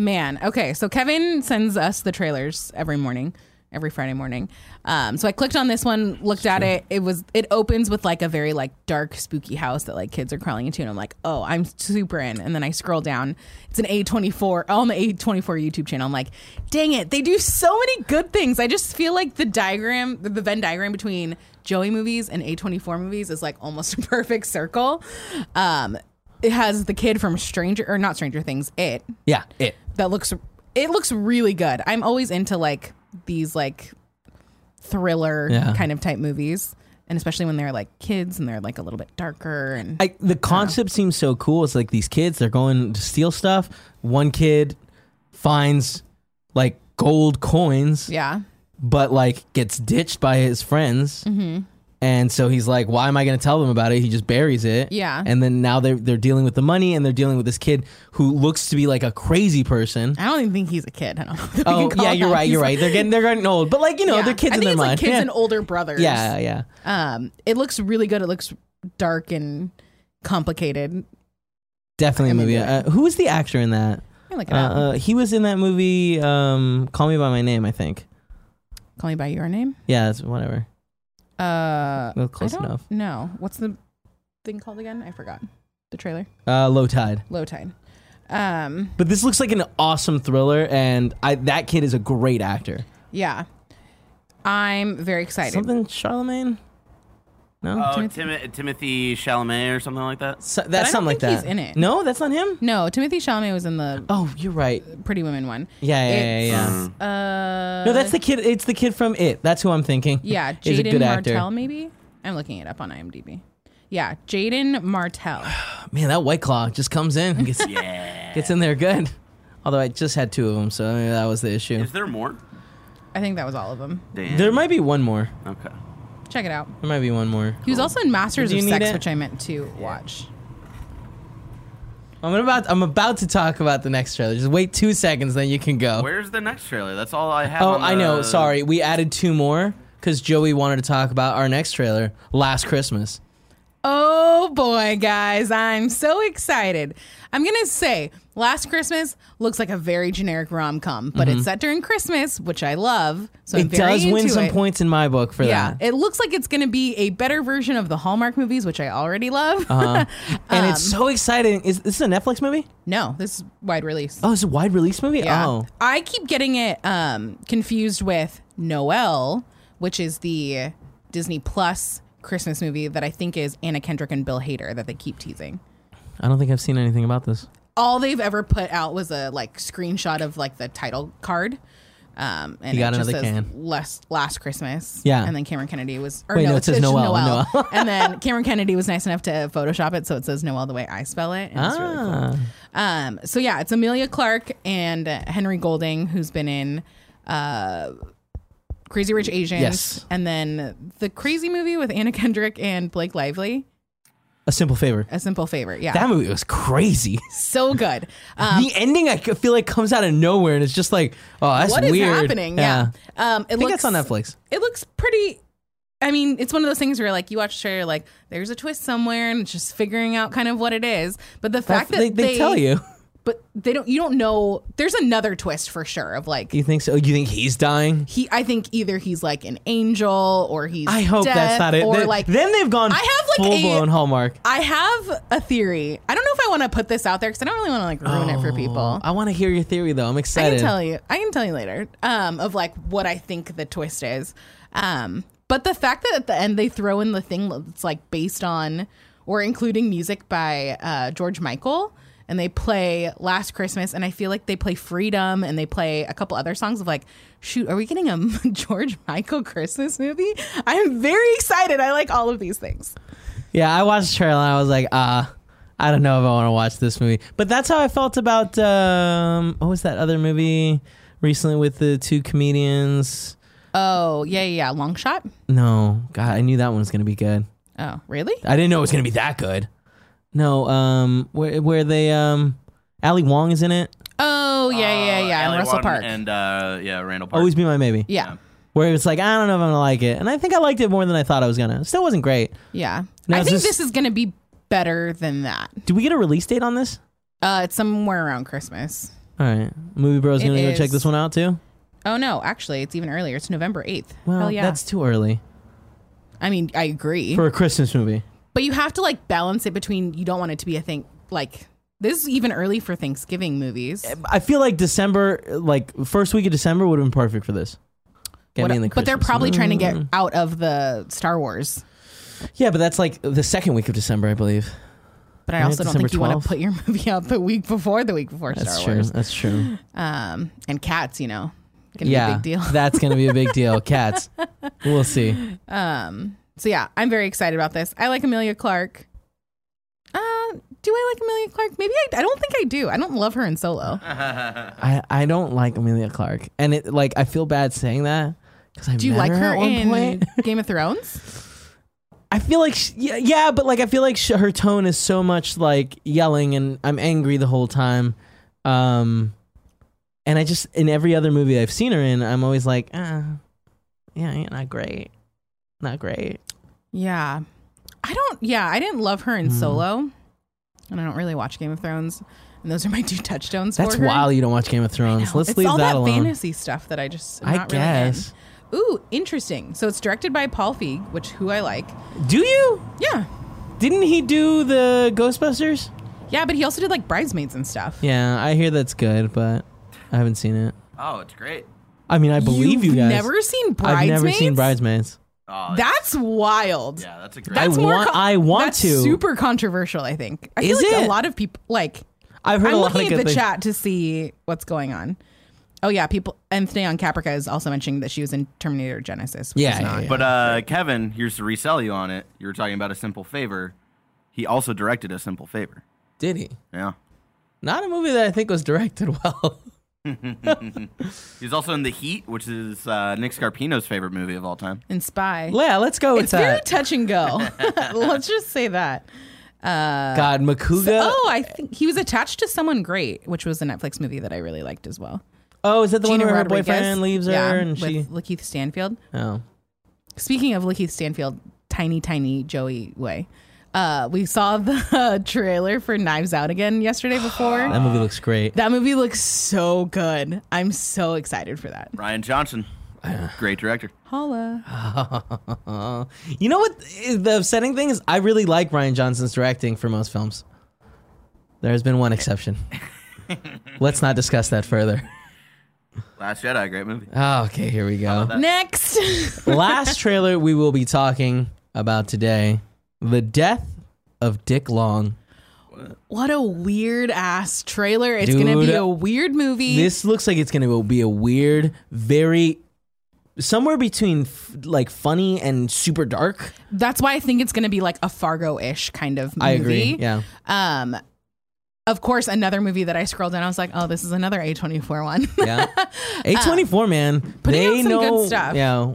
Man, okay. So Kevin sends us the trailers every morning, every Friday morning. Um, so I clicked on this one, looked at it. It was it opens with like a very like dark, spooky house that like kids are crawling into, and I'm like, oh, I'm super in. And then I scroll down. It's an A24 on the A24 YouTube channel. I'm like, dang it, they do so many good things. I just feel like the diagram, the Venn diagram between Joey movies and A24 movies is like almost a perfect circle. Um, it has the kid from Stranger or not Stranger Things, it Yeah, it. that looks it looks really good. I'm always into like these like thriller Yeah. kind of type movies. And especially when they're like kids and they're like a little bit darker and I, the concept seems so cool. It's like these kids, they're going to steal stuff. One kid finds like gold coins, yeah. but like gets ditched by his friends. Mm-hmm. And so he's like, why am I going to tell them about it? He just buries it. Yeah. And then now they're, they're dealing with the money and they're dealing with this kid who looks to be like a crazy person. I don't even think he's a kid. I don't know. if we can Oh, call yeah, you're that. right. You're right. They're getting, they're getting old, but like, you know, Yeah. they're kids I in think their it's mind. like kids yeah. and older brothers. yeah, yeah. Um it looks really good. It looks dark and complicated. Definitely a mean, movie. yeah. Uh, who was the actor in that? I like it Uh, up. uh, he was in that movie, um, Call Me By My Name, I think. Call me by your name. Yeah, it's whatever. Uh Well, close I don't enough. No. What's the thing called again? I forgot. The trailer. Uh, low tide. Low tide. Um, But this looks like an awesome thriller, and I, that kid is a great actor. yeah. I'm very excited. Something Charlemagne? No, Oh, Tim- Timothy Chalamet or something like that. So- I that's don't something like think that. he's in it. No, that's not him. No, Timothy Chalamet was in the Oh, you're right. Pretty Women one. Yeah, yeah, yeah, It's, yeah. Uh, No, that's the kid. It's the kid from It. That's who I'm thinking. yeah, He's a Jaden good Martell, actor. maybe. I'm looking it up on IMDb. Yeah, Jaden Martell. Man, that White Claw just comes in and gets, Yeah. gets in there good. Although I just had two of them, so maybe that was the issue. Is there more? I think that was all of them. Damn. There might be one more. Okay. Check it out. There might be one more. He was also in Masters Do of you need Sex, it? which I meant to watch. I'm about. I'm about to talk about the next trailer. Just wait two seconds, then you can go. Where's the next trailer? That's all I have. Oh, on I know. the- Sorry, we added two more because Joey wanted to talk about our next trailer, Last Christmas. Oh boy, guys, I'm so excited. I'm going to say Last Christmas looks like a very generic rom com, but it's set during Christmas, which I love. So I'm Mm-hmm. It very does win into some it. points in my book for Yeah, that, it looks like it's going to be a better version of the Hallmark movies, which I already love. Uh-huh. Um, and it's so exciting. Is this is a Netflix movie? no, this is wide release. Oh, it's a wide release movie. Yeah. Oh, I keep getting it um, confused with Noel, which is the Disney Plus Christmas movie that I think is Anna Kendrick and Bill Hader that they keep teasing. I don't think I've seen anything about this. All they've ever put out was a like screenshot of like the title card. Um, and You got it just another says can. Last, last Christmas. Yeah. And then Cameron Kennedy was. Or Wait, no, no, it it's, says it's just Noel, Noel. Noel. and then Cameron Kennedy was nice enough to Photoshop it so it says Noel the way I spell it. And it's really cool. Ah. Um, so yeah, it's Amelia Clark and uh, Henry Golding, who's been in uh, Crazy Rich Asians, Yes. and then the Crazy movie with Anna Kendrick and Blake Lively, A Simple Favor. A Simple Favor. Yeah, That movie was crazy. so good. Um, the ending, I c- feel like, comes out of nowhere, and it's just like, oh, that's what is weird. happening? Yeah, Um, it I think looks that's on Netflix. It looks pretty. I mean, it's one of those things where like you watch the trailer, you're like there's a twist somewhere, and it's just figuring out kind of what it is. But the fact that they, they tell you. but they don't, you don't know. There's another twist for sure of like You think so? You think he's dying? he I think either he's like an angel or he's I hope that's deaf, not it. Or They- like then they've gone I have, like, full blown a- Hallmark. I have a theory. I don't know if I want to put this out there because I don't really want to like ruin it for people. I want to hear your theory though. I'm I excited. can tell you. I can tell you later. Um, of like what I think the twist is. Um, but the fact that at the end they throw in the thing that's like based on or including music by uh, George Michael. And they play Last Christmas, and I feel like they play Freedom, and they play a couple other songs of like, shoot, are we getting a George Michael Christmas movie? I'm very excited. I like all of these things. Yeah, I watched the trailer and I was like, ah, I don't know if I want to watch this movie. But that's how I felt about um, what was that other movie recently with the two comedians? Oh yeah, yeah, yeah. long shot. No, God, I knew that one was gonna be good. Oh really? I didn't know it was gonna be that good. No, um, where where they um, Ali Wong is in it. Oh yeah, yeah, Uh, yeah. and Ellie Russell Wan Park. And uh, yeah, Randall Park. Always be my maybe. yeah, Where it's like I don't know if I'm gonna like it, and I think I liked it more than I thought I was gonna. Still wasn't great. yeah. Now, I is think this- this, is gonna be better than that. Did we get a release date on this? Uh, it's somewhere around Christmas. All right, movie bros It gonna go check is. this one out too. Oh no, actually, it's even earlier. It's November eighth. Well, Hell yeah. that's too early I mean, I agree. for a Christmas movie. but you have to like balance it between you don't want it to be a thing like this is even early for Thanksgiving movies. Eh, I feel like December, like first week of December, would have been perfect for this. Get What- me in the but they're Christmas. probably trying to get Mm. out of the Star Wars. Yeah, but that's like the second week of December, I believe. But I Yeah, also don't December think you want 12th. to put your movie out the week before the week before That's Star true. Wars. That's true. Um, and cats, you know, gonna be yeah, a big deal. that's gonna be a big deal. Cats. We'll see. Um, so yeah, I'm very excited about this. I like Amelia Clark. Uh, do I like Amelia Clark? Maybe I, I don't think I do. I don't love her in Solo. I, I don't like Amelia Clark, and it like I feel bad saying that because I Do you met like her at one in point. Game of Thrones? I feel like she, yeah, yeah, but like I feel like sh her tone is so much like yelling and I'm angry the whole time. Um and I just in every other movie I've seen her in, I'm always like, uh, yeah, you're not great. Not great. Yeah. I don't yeah, I didn't love her Hmm. in Solo. And I don't really watch Game of Thrones. And those are my two touchstones That's for her. wild you don't watch Game of Thrones. Let's it's leave all that, that, alone. fantasy stuff that I just am I not guess. Really in. Ooh, interesting. So it's directed by Paul Feig, which who I like. Do you? Yeah. Didn't he do the Ghostbusters? Yeah, but he also did like bridesmaids and stuff. Yeah, I hear that's good, but I haven't seen it. Oh, it's great. I mean, I believe You've you guys. Never seen bridesmaids. I've never seen bridesmaids. Oh, That's wild. yeah, that's a great. That's I more want- co- I want that's to. Super controversial, I think. I Is feel like it? a lot of people like. I've heard I'm a lot of looking good at the things. chat to see what's going on. Oh yeah, people. Anthony on Caprica is also mentioning that she was in Terminator Genesis. Which Yeah, is yeah, not. yeah. but uh, Kevin, here's to resell you on it. You were talking about a simple favor. He also directed a simple favor. Did he? Yeah, Not a movie that I think was directed well. he's also in The Heat, which is uh, Nick Scarpino's favorite movie of all time. in Spy. yeah, let's go with It's very that. touch and go. Let's just say that. God, Makuga. Oh, I think he was attached to someone great, which was a Netflix movie that I really liked as well. Oh, is that the one Gina where her Rodriguez, boyfriend leaves her yeah, and with she? Lakeith Stanfield. Oh, Speaking of Lakeith Stanfield, tiny, tiny Joey way. Uh, we saw the trailer for Knives Out again yesterday before. that movie looks great. that movie looks so good. I'm so excited for that. Ryan Johnson, great director. Holla. You know what? is The upsetting thing is, I really like Ryan Johnson's directing for most films. There has been one exception. Let's not discuss that further. Last Jedi, great movie. Oh, okay, here we go. Next. Last trailer we will be talking about today: the death of Dick Long. what a weird ass trailer. It's going to Dude, be a weird movie. This looks like it's going to be a weird, very somewhere between f- like funny and super dark. That's why I think it's going to be like a Fargo ish kind of movie. I agree. Yeah. Um, of course, another movie that I scrolled down, I was like, oh, this is another A24 one. Yeah. A24, man. Uh, putting they out some good know, stuff. Yeah.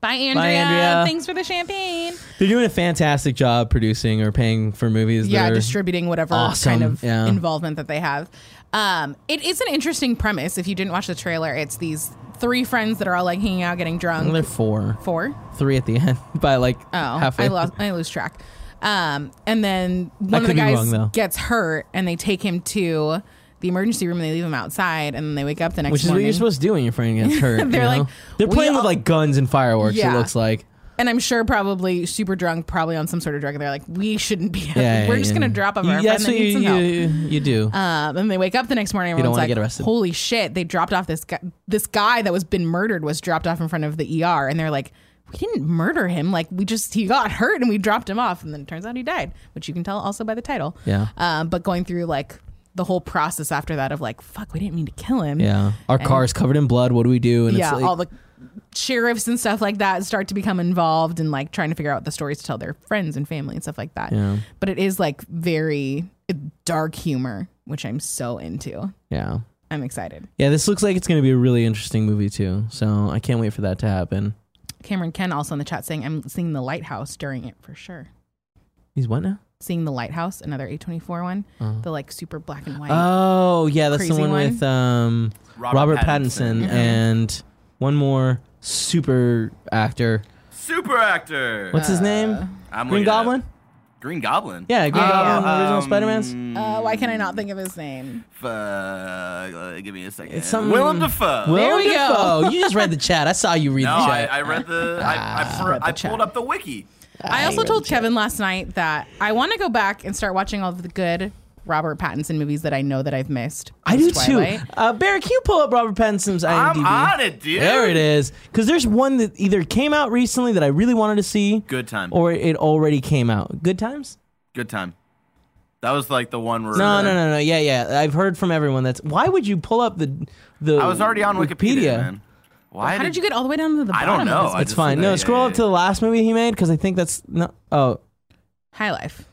Bye, Andrea. Andrea. Thanks for the champagne. They're doing a fantastic job producing or paying for movies. yeah, that are, distributing whatever awesome. kind of Yeah. involvement that they have. Um, it is an interesting premise. If you didn't watch the trailer, it's these three friends that are all like hanging out, getting drunk. Well, they're four, Four. three at the end by like Oh, halfway. I lost. I lose track. Um, and then one of could the be guys wrong, though. gets hurt, and they take him to the emergency room, and they leave him outside, and then they wake up the next Which is what morning. you're supposed to do when your friend gets hurt. you They're know? like, they're we playing with all- like guns and fireworks. It Yeah. looks like and I'm sure probably super drunk, probably on some sort of drug. And they're like, we shouldn't be. yeah, we're yeah, just yeah. gonna drop him. You- Our friend That's that what you, needs some help. you, you do. Um, and they wake up the next morning. and don't Everyone's wanna like, get arrested. "Holy shit! They dropped off this guy. This guy that was been murdered was dropped off in front of the ER." And they're like, "We didn't murder him. Like we just he got hurt and we dropped him off. And then it turns out he died, which you can tell also by the title. Yeah. Um, but going through like the whole process after that of like, fuck, we didn't mean to kill him. yeah. Our car's covered in blood. What do we do? And Yeah. it's like, all the sheriffs and stuff like that start to become involved and like trying to figure out the stories to tell their friends and family and stuff like that. Yeah. But it is like very dark humor, which I'm so into. yeah. I'm excited. Yeah, this looks like it's going to be a really interesting movie too. So I can't wait for that to happen. Cameron Ken also in the chat saying, I'm seeing the lighthouse during it for sure. He's what now? Seeing the lighthouse, another A24 one, the like super black and white. Uh-huh. Oh yeah, that's the Crazy one, one. Mm-hmm. with um, Robert, Robert Pattinson, Pattinson. and one more super actor. Super actor. What's Uh, his name? I'm Green looking it up. Goblin. Green Goblin. Yeah, Green Oh, Goblin, Um, the original Spider-Man's. uh, why can I not think of his name? f- uh, give me a second. It's something- Willem Dafoe. Willem we go. Dafoe. you just read the chat. I saw you read no, the I, chat. I read the. I, I, fr- read the I chat. pulled up the wiki. I also read told the Kevin last night that I want to go back and start watching all of the good Robert Pattinson movies that I know that I've missed. I do Twilight. too. Uh, Barry, can you pull up Robert Pattinson's IMDb? I'm on it, dude. There it is. Because there's one that either came out recently that I really wanted to see. Good time. Or it already came out. Good times? Good time. That was like the one where. No, no, no, no. Yeah, yeah. I've heard from everyone that's. Why would you pull up the the? I was already on Wikipedia. man. Why How did you get all the way down to the I don't bottom? know. Of I this? It's just- fine. yeah, No, yeah, scroll up yeah. to the last movie he made because I think that's no. Oh, High Life. Is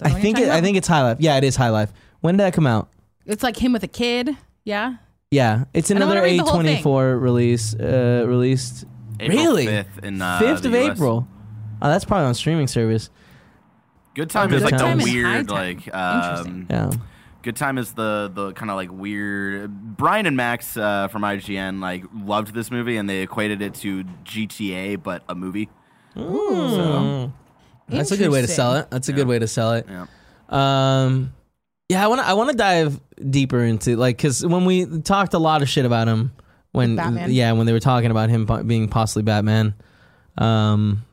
that I the one you're think talking it, I about? think it's High Life. Yeah, it is High Life. When did that come out? it's like him with a kid. Yeah. Yeah, it's don't another wanna A read the whole twenty four release. Uh, released April really 5th in, uh, Fifth the of US. April. Oh, that's probably on streaming service. Good time Good is like Time the is weird, high time. like. Um, Interesting. Yeah, Good time is the the kind of like weird. Brian and Max uh, from IGN like loved this movie and they equated it to GTA but a movie. So, that's a good way to sell it. That's a good way to sell it. yeah. Um, yeah, I want to. I want to dive deeper into like because when we talked a lot of shit about him when Batman? yeah when they were talking about him po- being possibly Batman, um,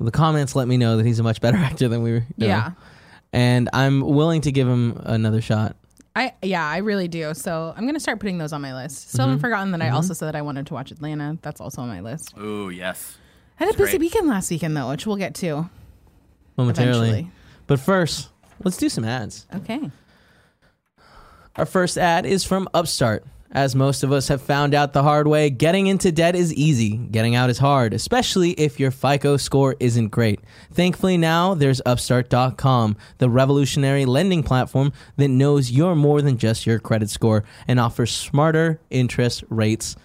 the comments let me know that he's a much better actor than we were. doing. Yeah. and I'm willing to give him another shot. I yeah, I really do. So I'm gonna start putting those on my list. Still haven't forgotten that I also said that I wanted to watch Atlanta. That's also on my list. Oh yes. I had a busy great. weekend last weekend though, which we'll get to. momentarily. Eventually. But first, let's do some ads. Okay. Our first ad is from Upstart. As most of us have found out the hard way, getting into debt is easy. Getting out is hard, especially if your FICO score isn't great. Thankfully, now there's Upstart.com, the revolutionary lending platform that knows you're more than just your credit score and offers smarter interest rates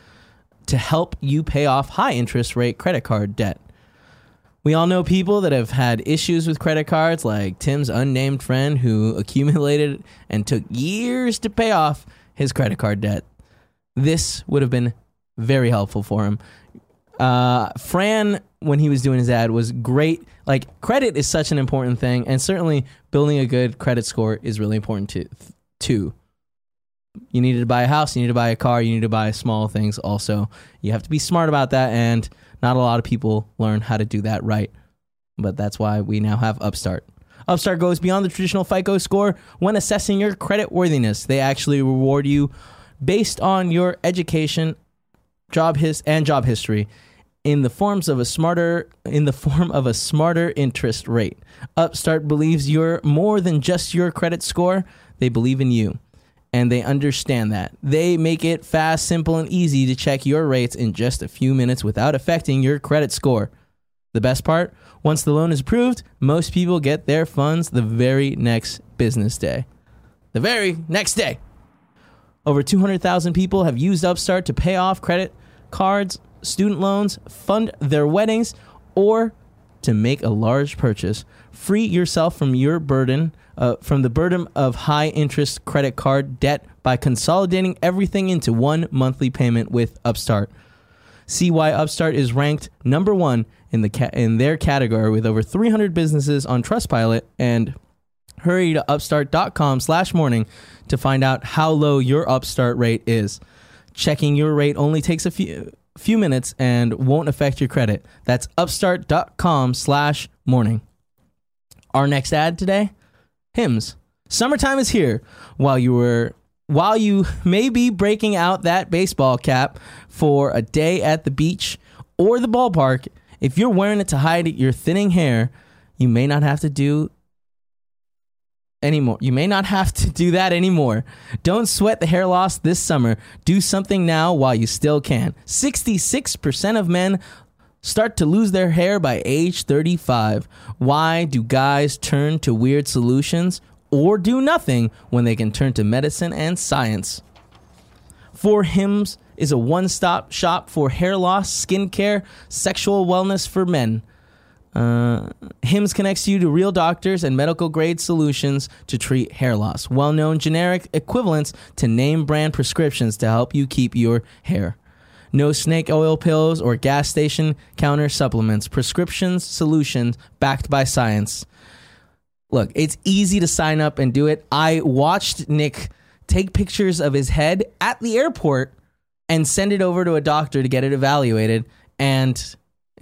to help you pay off high interest rate credit card debt. We all know people that have had issues with credit cards, like Tim's unnamed friend who accumulated and took years to pay off his credit card debt. This would have been very helpful for him. Uh, Fran, when he was doing his ad, was great. Like, credit is such an important thing, and certainly building a good credit score is really important to, too. You need to buy a house, you need to buy a car, you need to buy small things also. You have to be smart about that, and not a lot of people learn how to do that right. But that's why we now have Upstart. Upstart goes beyond the traditional FICO score when assessing your credit worthiness. They actually reward you based on your education, job his and job history in the forms of a smarter in the form of a smarter interest rate. Upstart believes you're more than just your credit score. They believe in you and they understand that. They make it fast, simple and easy to check your rates in just a few minutes without affecting your credit score. The best part, once the loan is approved, most people get their funds the very next business day. The very next day. Over 200,000 people have used Upstart to pay off credit cards, student loans, fund their weddings, or to make a large purchase. Free yourself from your burden uh, from the burden of high interest credit card debt by consolidating everything into one monthly payment with Upstart. See why Upstart is ranked number one in the ca- in their category with over 300 businesses on Trustpilot and hurry to upstart.com slash morning to find out how low your upstart rate is checking your rate only takes a few few minutes and won't affect your credit that's upstart.com slash morning our next ad today hymns summertime is here while you were while you may be breaking out that baseball cap for a day at the beach or the ballpark if you're wearing it to hide your thinning hair you may not have to do anymore. You may not have to do that anymore. Don't sweat the hair loss this summer. Do something now while you still can. 66% of men start to lose their hair by age 35. Why do guys turn to weird solutions or do nothing when they can turn to medicine and science? Four Hymns is a one stop shop for hair loss, skincare, sexual wellness for men. Uh, Hims connects you to real doctors and medical grade solutions to treat hair loss, well known generic equivalents to name brand prescriptions to help you keep your hair. No snake oil pills or gas station counter supplements, prescriptions, solutions backed by science. Look, it's easy to sign up and do it. I watched Nick take pictures of his head at the airport and send it over to a doctor to get it evaluated. And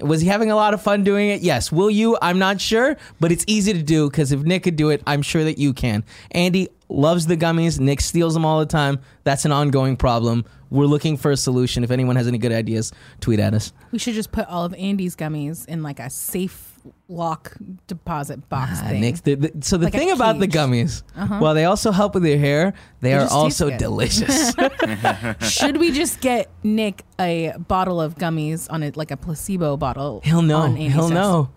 was he having a lot of fun doing it? Yes. Will you? I'm not sure, but it's easy to do because if Nick could do it, I'm sure that you can. Andy loves the gummies. Nick steals them all the time. That's an ongoing problem. We're looking for a solution. If anyone has any good ideas, tweet at us. We should just put all of Andy's gummies in like a safe lock deposit box Uh, thing. Nick's the, the- so the Like a thing about the cage. gummies, while they also help with your hair, they, are just taste also good. delicious. Should we just get Nick a bottle of gummies on it, like a placebo bottle? He'll know. on Andy's He'll desk? know.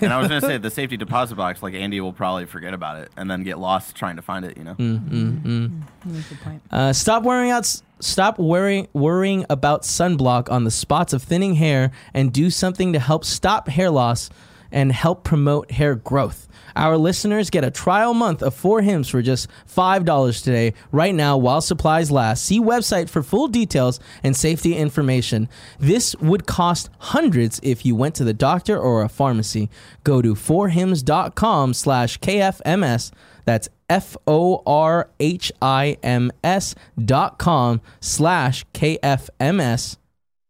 and I was gonna say the safety deposit box. Like Andy will probably forget about it and then get lost trying to find it. You know. Mm. That's a good point. Uh, stop worrying out. Stop worrying worrying about sunblock on the spots of thinning hair, and do something to help stop hair loss and help promote hair growth. Our listeners get a trial month of four hymns for just five dollars today, right now while supplies last. See website for full details and safety information. This would cost hundreds if you went to the doctor or a pharmacy. Go to fourhymns.com slash kfms. That's F O R H I M S dot com slash KFMS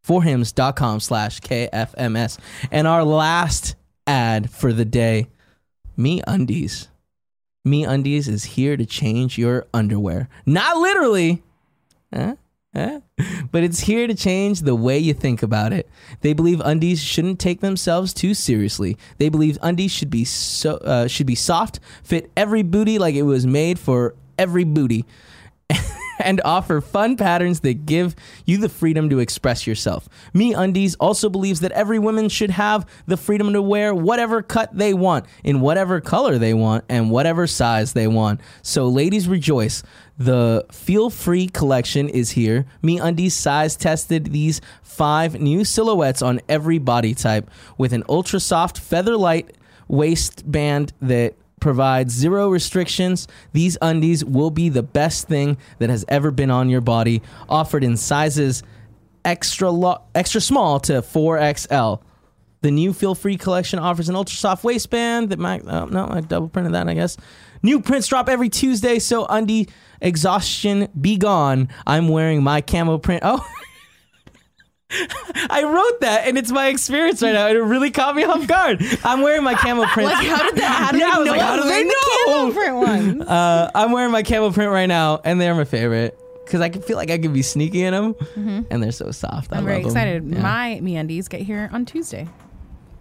forhims dot com slash KFMS. And our last ad for the day, Me Undies. Me Undies is here to change your underwear. Not literally, huh? Huh? but it's here to change the way you think about it. They believe undies shouldn't take themselves too seriously. They believe undies should be so uh, should be soft, fit every booty like it was made for every booty and offer fun patterns that give you the freedom to express yourself. Me Undies also believes that every woman should have the freedom to wear whatever cut they want, in whatever color they want, and whatever size they want. So, ladies, rejoice. The Feel Free collection is here. Me Undies size tested these five new silhouettes on every body type with an ultra soft, feather light waistband that provides zero restrictions. These undies will be the best thing that has ever been on your body, offered in sizes extra lo- extra small to 4XL. The new Feel Free collection offers an ultra soft waistband that might, oh, no, I double printed that, I guess. New prints drop every Tuesday, so undie exhaustion be gone. I'm wearing my camo print. Oh, I wrote that, and it's my experience right now, and it really caught me off guard. I'm wearing my camo print. Like how did that? How did Yeah, I you was know? like, how do you they were in the know? camo print one. Uh, I'm wearing my camo print right now, and they're my favorite because I can feel like I can be sneaky in them, and they're so soft. I Mm-hmm. I'm very love 'em. excited. Yeah. My MeUndies get here on Tuesday.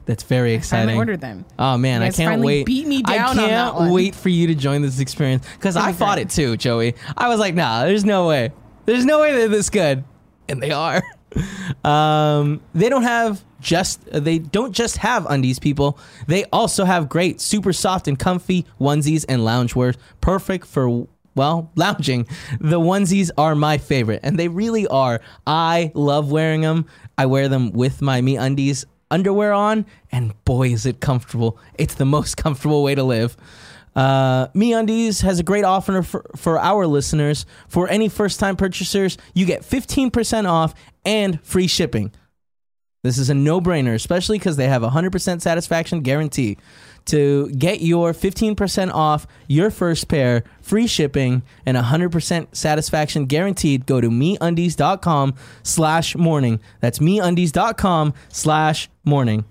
That's very I exciting. haven't ordered them. Oh man, You I guys can't finally wait. beat me down I on can't that one. wait for you to join this experience because I be fought great. it too, Joey. I was like, nah, there's no way. There's no way they're this good, and they are. Um, they don't have just they don't just have undies, people. They also have great, super soft and comfy onesies and loungewear, perfect for well lounging. The onesies are my favorite, and they really are. I love wearing them. I wear them with my me undies underwear on, and boy, is it comfortable! It's the most comfortable way to live. Uh, MeUndies has a great offer for, for our listeners. For any first-time purchasers, you get 15% off and free shipping. This is a no-brainer, especially because they have a 100% satisfaction guarantee. To get your 15% off your first pair, free shipping, and 100% satisfaction guaranteed, go to MeUndies.com slash morning. That's MeUndies.com slash morning.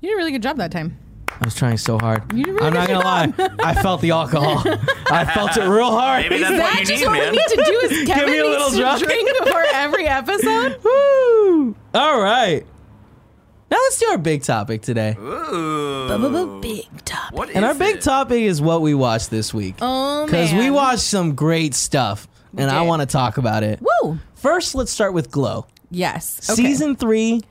You did a really good job that time. I was trying so hard. You did a really I'm not good gonna lie. I felt the alcohol. I felt it real hard. Maybe that's that what you just need, what man. we need to do is Kevin me a little needs to drop. drink before every episode. Woo! All right. Now let's do our big topic today. Ooh. Big top. What is and our big it? topic is what we watched this week. Oh man. Because we watched some great stuff, and I did. want to talk about it. Woo. First, let's start with Glow. Yes. Okay. Season three.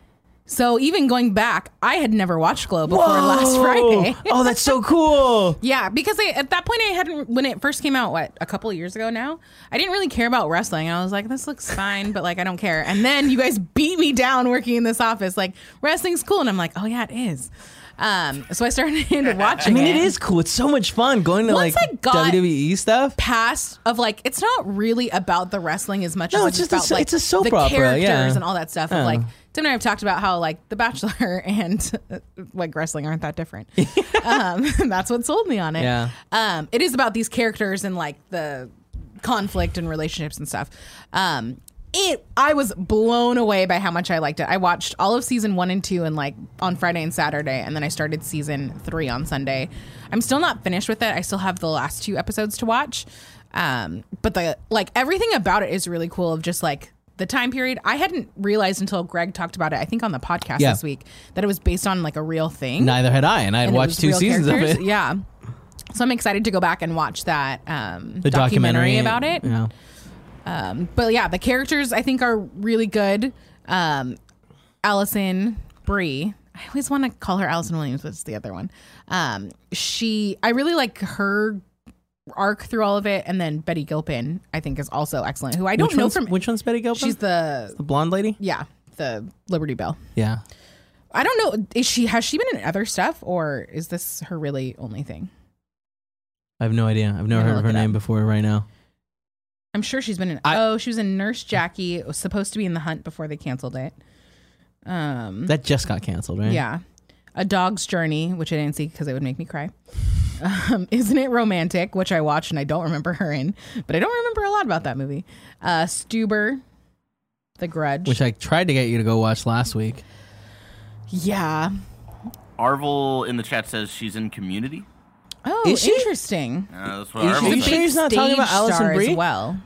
So even going back, I had never watched Glow before Whoa! last Friday. oh, that's so cool. Yeah, because I, at that point I hadn't when it first came out what a couple of years ago now. I didn't really care about wrestling. I was like, this looks fine, but like I don't care. And then you guys beat me down working in this office. Like wrestling's cool, and I'm like, oh yeah, it is. Um, so I started I watching. mean, it is cool. It's so much fun going to Once I like got- WWE stuff. past of like it's not really about the wrestling as much No, as it's it's just a about so- like it's a soap the opera, characters yeah. and all that stuff. Yeah. Of like Tim and I have talked about how like The Bachelor and uh, like wrestling aren't that different. um, that's what sold me on it. Yeah. Um, it is about these characters and like the conflict and relationships and stuff. Um, it I was blown away by how much I liked it. I watched all of season one and two and like on Friday and Saturday, and then I started season three on Sunday. I'm still not finished with it. I still have the last two episodes to watch. Um, but the like everything about it is really cool of just like the time period. I hadn't realized until Greg talked about it, I think on the podcast Yeah. this week, that it was based on like a real thing Neither had I, and I had and it watched was two real seasons characters. of it. Yeah. So I'm excited to go back and watch that um, The documentary, about it. Yeah. Um, but yeah, the characters I think are really good. Um, Allison Brie. I always want to call her Allison Williams, but it's the other one. Um, she, I really like her arc through all of it, and then Betty Gilpin, I think, is also excellent. Who I don't Which know one's, from. which one's Betty Gilpin? she's the the blonde lady. yeah the Liberty Bell. Yeah. I don't know. Is she has she been in other stuff, or is this her really only thing? I have no idea. I've never I'm gonna heard of look her it name up. before right now. I'm sure she's been in. I- oh, she was in Nurse Jackie. It was supposed to be in The Hunt before they canceled it. Um, That just got canceled, right? yeah, A Dog's Journey, which I didn't see because it would make me cry. Um, Isn't it romantic? Which I watched and I don't remember her in, but I don't remember a lot about that movie. Uh, Stuber, The Grudge. Which I tried to get you to go watch last week. yeah. Arvel in the chat says she's in Community. Oh, Is she? interesting. Uh, that's what Is Arvel she- says. sure he's not talking stage about Alison star as Brie? Well,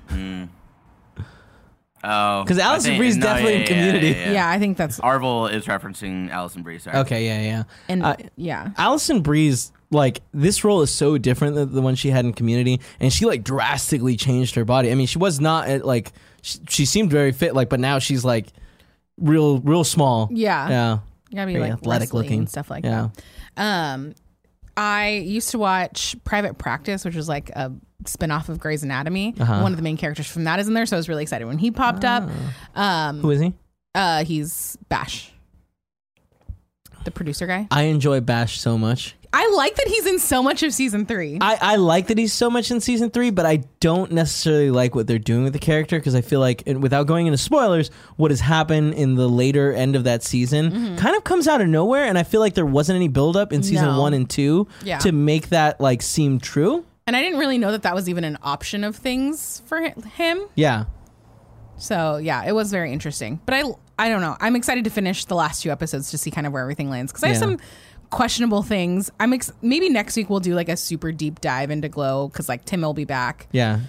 Oh, 'Cause I Alison think- Brie's no, definitely in Community. yeah. I think that's Arvel is referencing Alison Bree. Sorry. Okay, yeah, yeah. and Uh, yeah. Allison Breeze, like this role is so different than the one she had in Community, and she like drastically changed her body. I mean, she was not at, like she, she seemed very fit, like, but now she's like real, real small. Yeah. yeah, You gotta be Very like athletic athletic looking looking. and stuff like Yeah. that. Um, I used to watch Private Practice, which was like a spinoff of Grey's Anatomy. One of the main characters from that is in there, so I was really excited when he popped up. Um, Who is he? uh, he's Bash, the producer guy. I enjoy Bash so much. I like that he's in so much of season three. I, I like that he's so much in season three, but I don't necessarily like what they're doing with the character because I feel like, and without going into spoilers, what has happened in the later end of that season Mm-hmm. kind of comes out of nowhere, and I feel like there wasn't any buildup in season No. one and two Yeah. to make that like seem true. and I didn't really know that that was even an option of things for hi- him. Yeah, So yeah, it was very interesting. But I I don't know. I'm excited to finish the last two episodes to see kind of where everything lands because I have Yeah. some questionable things. I'm ex- maybe next week we'll do like a super deep dive into Glow because like Tim will be back. yeah.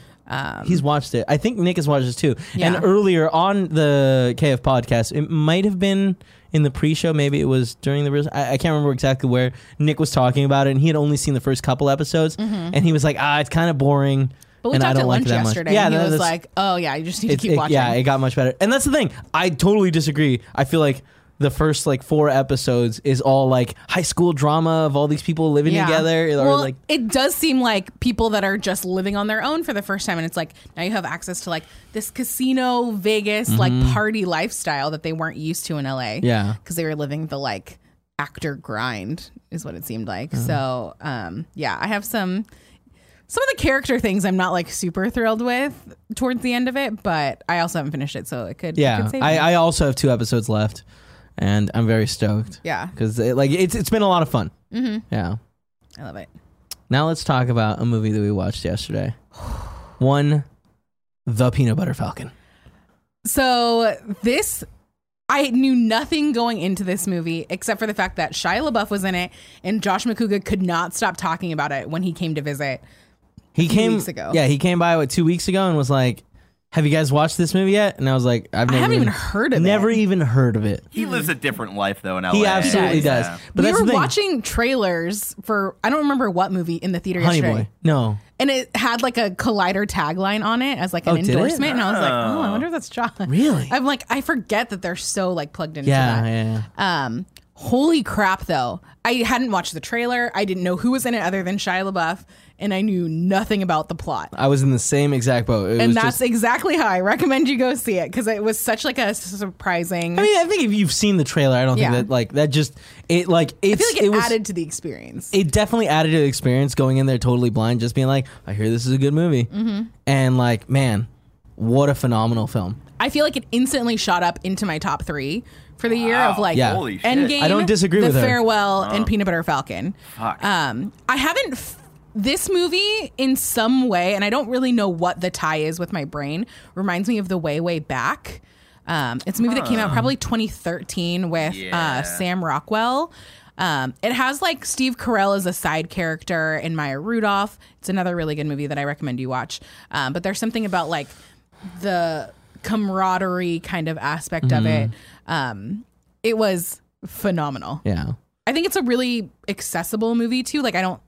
he's watched it. I think Nick has watched it too. Um, Yeah. And earlier on the KF podcast, it might have been in the pre-show. Maybe it was during the. Re- I, I can't remember exactly where Nick was talking about it, and he had only seen the first couple episodes, and he was like, "Ah, it's kind of boring." Mm-hmm. But we and I talked don't at like lunch it that much." yesterday. Yeah, and no, he was that's- like, "Oh yeah, you just need it- to keep it- watching." yeah, it got much better. And that's the thing. I totally disagree. I feel like the first like four episodes is all like high school drama of all these people living Yeah. together, or well, like it does seem like people that are just living on their own for the first time, and it's like now you have access to like this casino Vegas like party lifestyle that they weren't used to in LA. Mm-hmm. Yeah. because they were living the like actor grind is what it seemed like. Uh-huh. So um, yeah, I have some some of the character things I'm not like super thrilled with towards the end of it, but I also haven't finished it, so it could it Yeah, could save I, me. I also have two episodes left, and I'm very stoked. Yeah. because it, like it's it's been a lot of fun. Mm-hmm. Yeah. I love it. Now let's talk about a movie that we watched yesterday. One, the Peanut Butter Falcon. So this, I knew nothing going into this movie except for the fact that Shia LaBeouf was in it, and Josh McCouga could not stop talking about it when he came to visit. He came weeks ago. Yeah, he came by what two weeks ago and was like, "Have you guys watched this movie yet?" And I was like, "I've I never haven't even heard of never e- it. even heard of it." He lives a different life though in LA. He absolutely does. does. But we that's were the thing. watching trailers for I don't remember what movie in the theater Honey yesterday, Boy. No, and it had like a Collider tagline on it as like an Oh, did it? endorsement, and I was like, oh, I wonder if that's Josh. Really? I'm like, I forget that they're so like plugged into yeah, that. yeah, yeah. Um, holy crap, though. I hadn't watched the trailer. I didn't know who was in it other than Shia LaBeouf, and I knew nothing about the plot. I was in the same exact boat. It was And just- that's exactly how I recommend you go see it because it was such like a surprising. I I, mean, I think if you've seen the trailer, I don't Yeah. think that like that just it like it's feel like it, it was added to the experience. it definitely added to the experience going in there totally blind, just being like, I hear this is a good movie. Mm-hmm. And like, man, what a phenomenal film. I feel like it instantly shot up into my top three for the year of like Yeah. Holy shit. Endgame. I don't disagree the with her. Farewell and Peanut Butter Falcon. Um, I haven't. F- this movie, in some way, and I don't really know what the tie is with my brain, reminds me of The Way Way Back. Um, it's a movie that came out probably 2013 with uh, Yeah. Sam Rockwell. Um, it has like Steve Carell as a side character and Maya Rudolph. It's another really good movie that I recommend you watch. Um, but there's something about like the camaraderie kind of aspect of it. Mm-hmm. Um, it was phenomenal. Yeah. I think it's a really accessible movie too. Like I don't,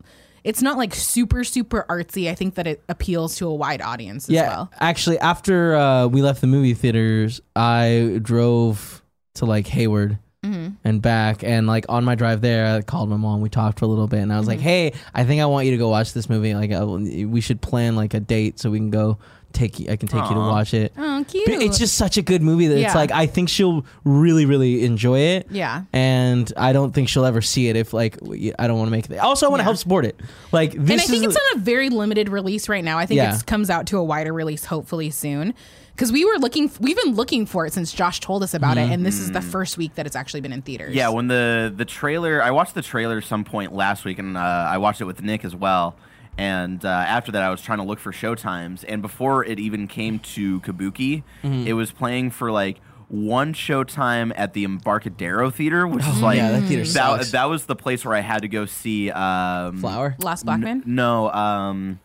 it's not like super super artsy. I think that it appeals to a wide audience as Yeah. well. Actually, after uh, we left the movie theaters, I drove to like Hayward Mm-hmm. and back. And like on my drive there, I called my mom. We talked for a little bit. And I was like, Mm-hmm. hey, I think I want you to go watch this movie. Like, uh, we should plan like a date so we can go take you, I can take you to watch it. Oh, cute! But It's just such a good movie that Yeah. it's like I think she'll really, really enjoy it. Yeah. and I don't think she'll ever see it if like we- I don't want to make it. Also, I want to Yeah. help support it. Like this and I think is it's on a very limited release right now. I think Yeah. it comes out to a wider release hopefully soon. Because we were looking, we've been looking for it since Josh told us about it, and this is the Mm-hmm. first week that it's actually been in theaters. Yeah, when the the trailer, I watched the trailer some point last week, and uh, I watched it with Nick as well. And uh, after that, I was trying to Mm-hmm. look for showtimes, and before it even came to Kabuki, it was playing for like one showtime at the Embarcadero Theater, which is like Oh, yeah, that theater sucks. that, that was the place where I had to go see um, Flower. Last N- Black Man? no, um,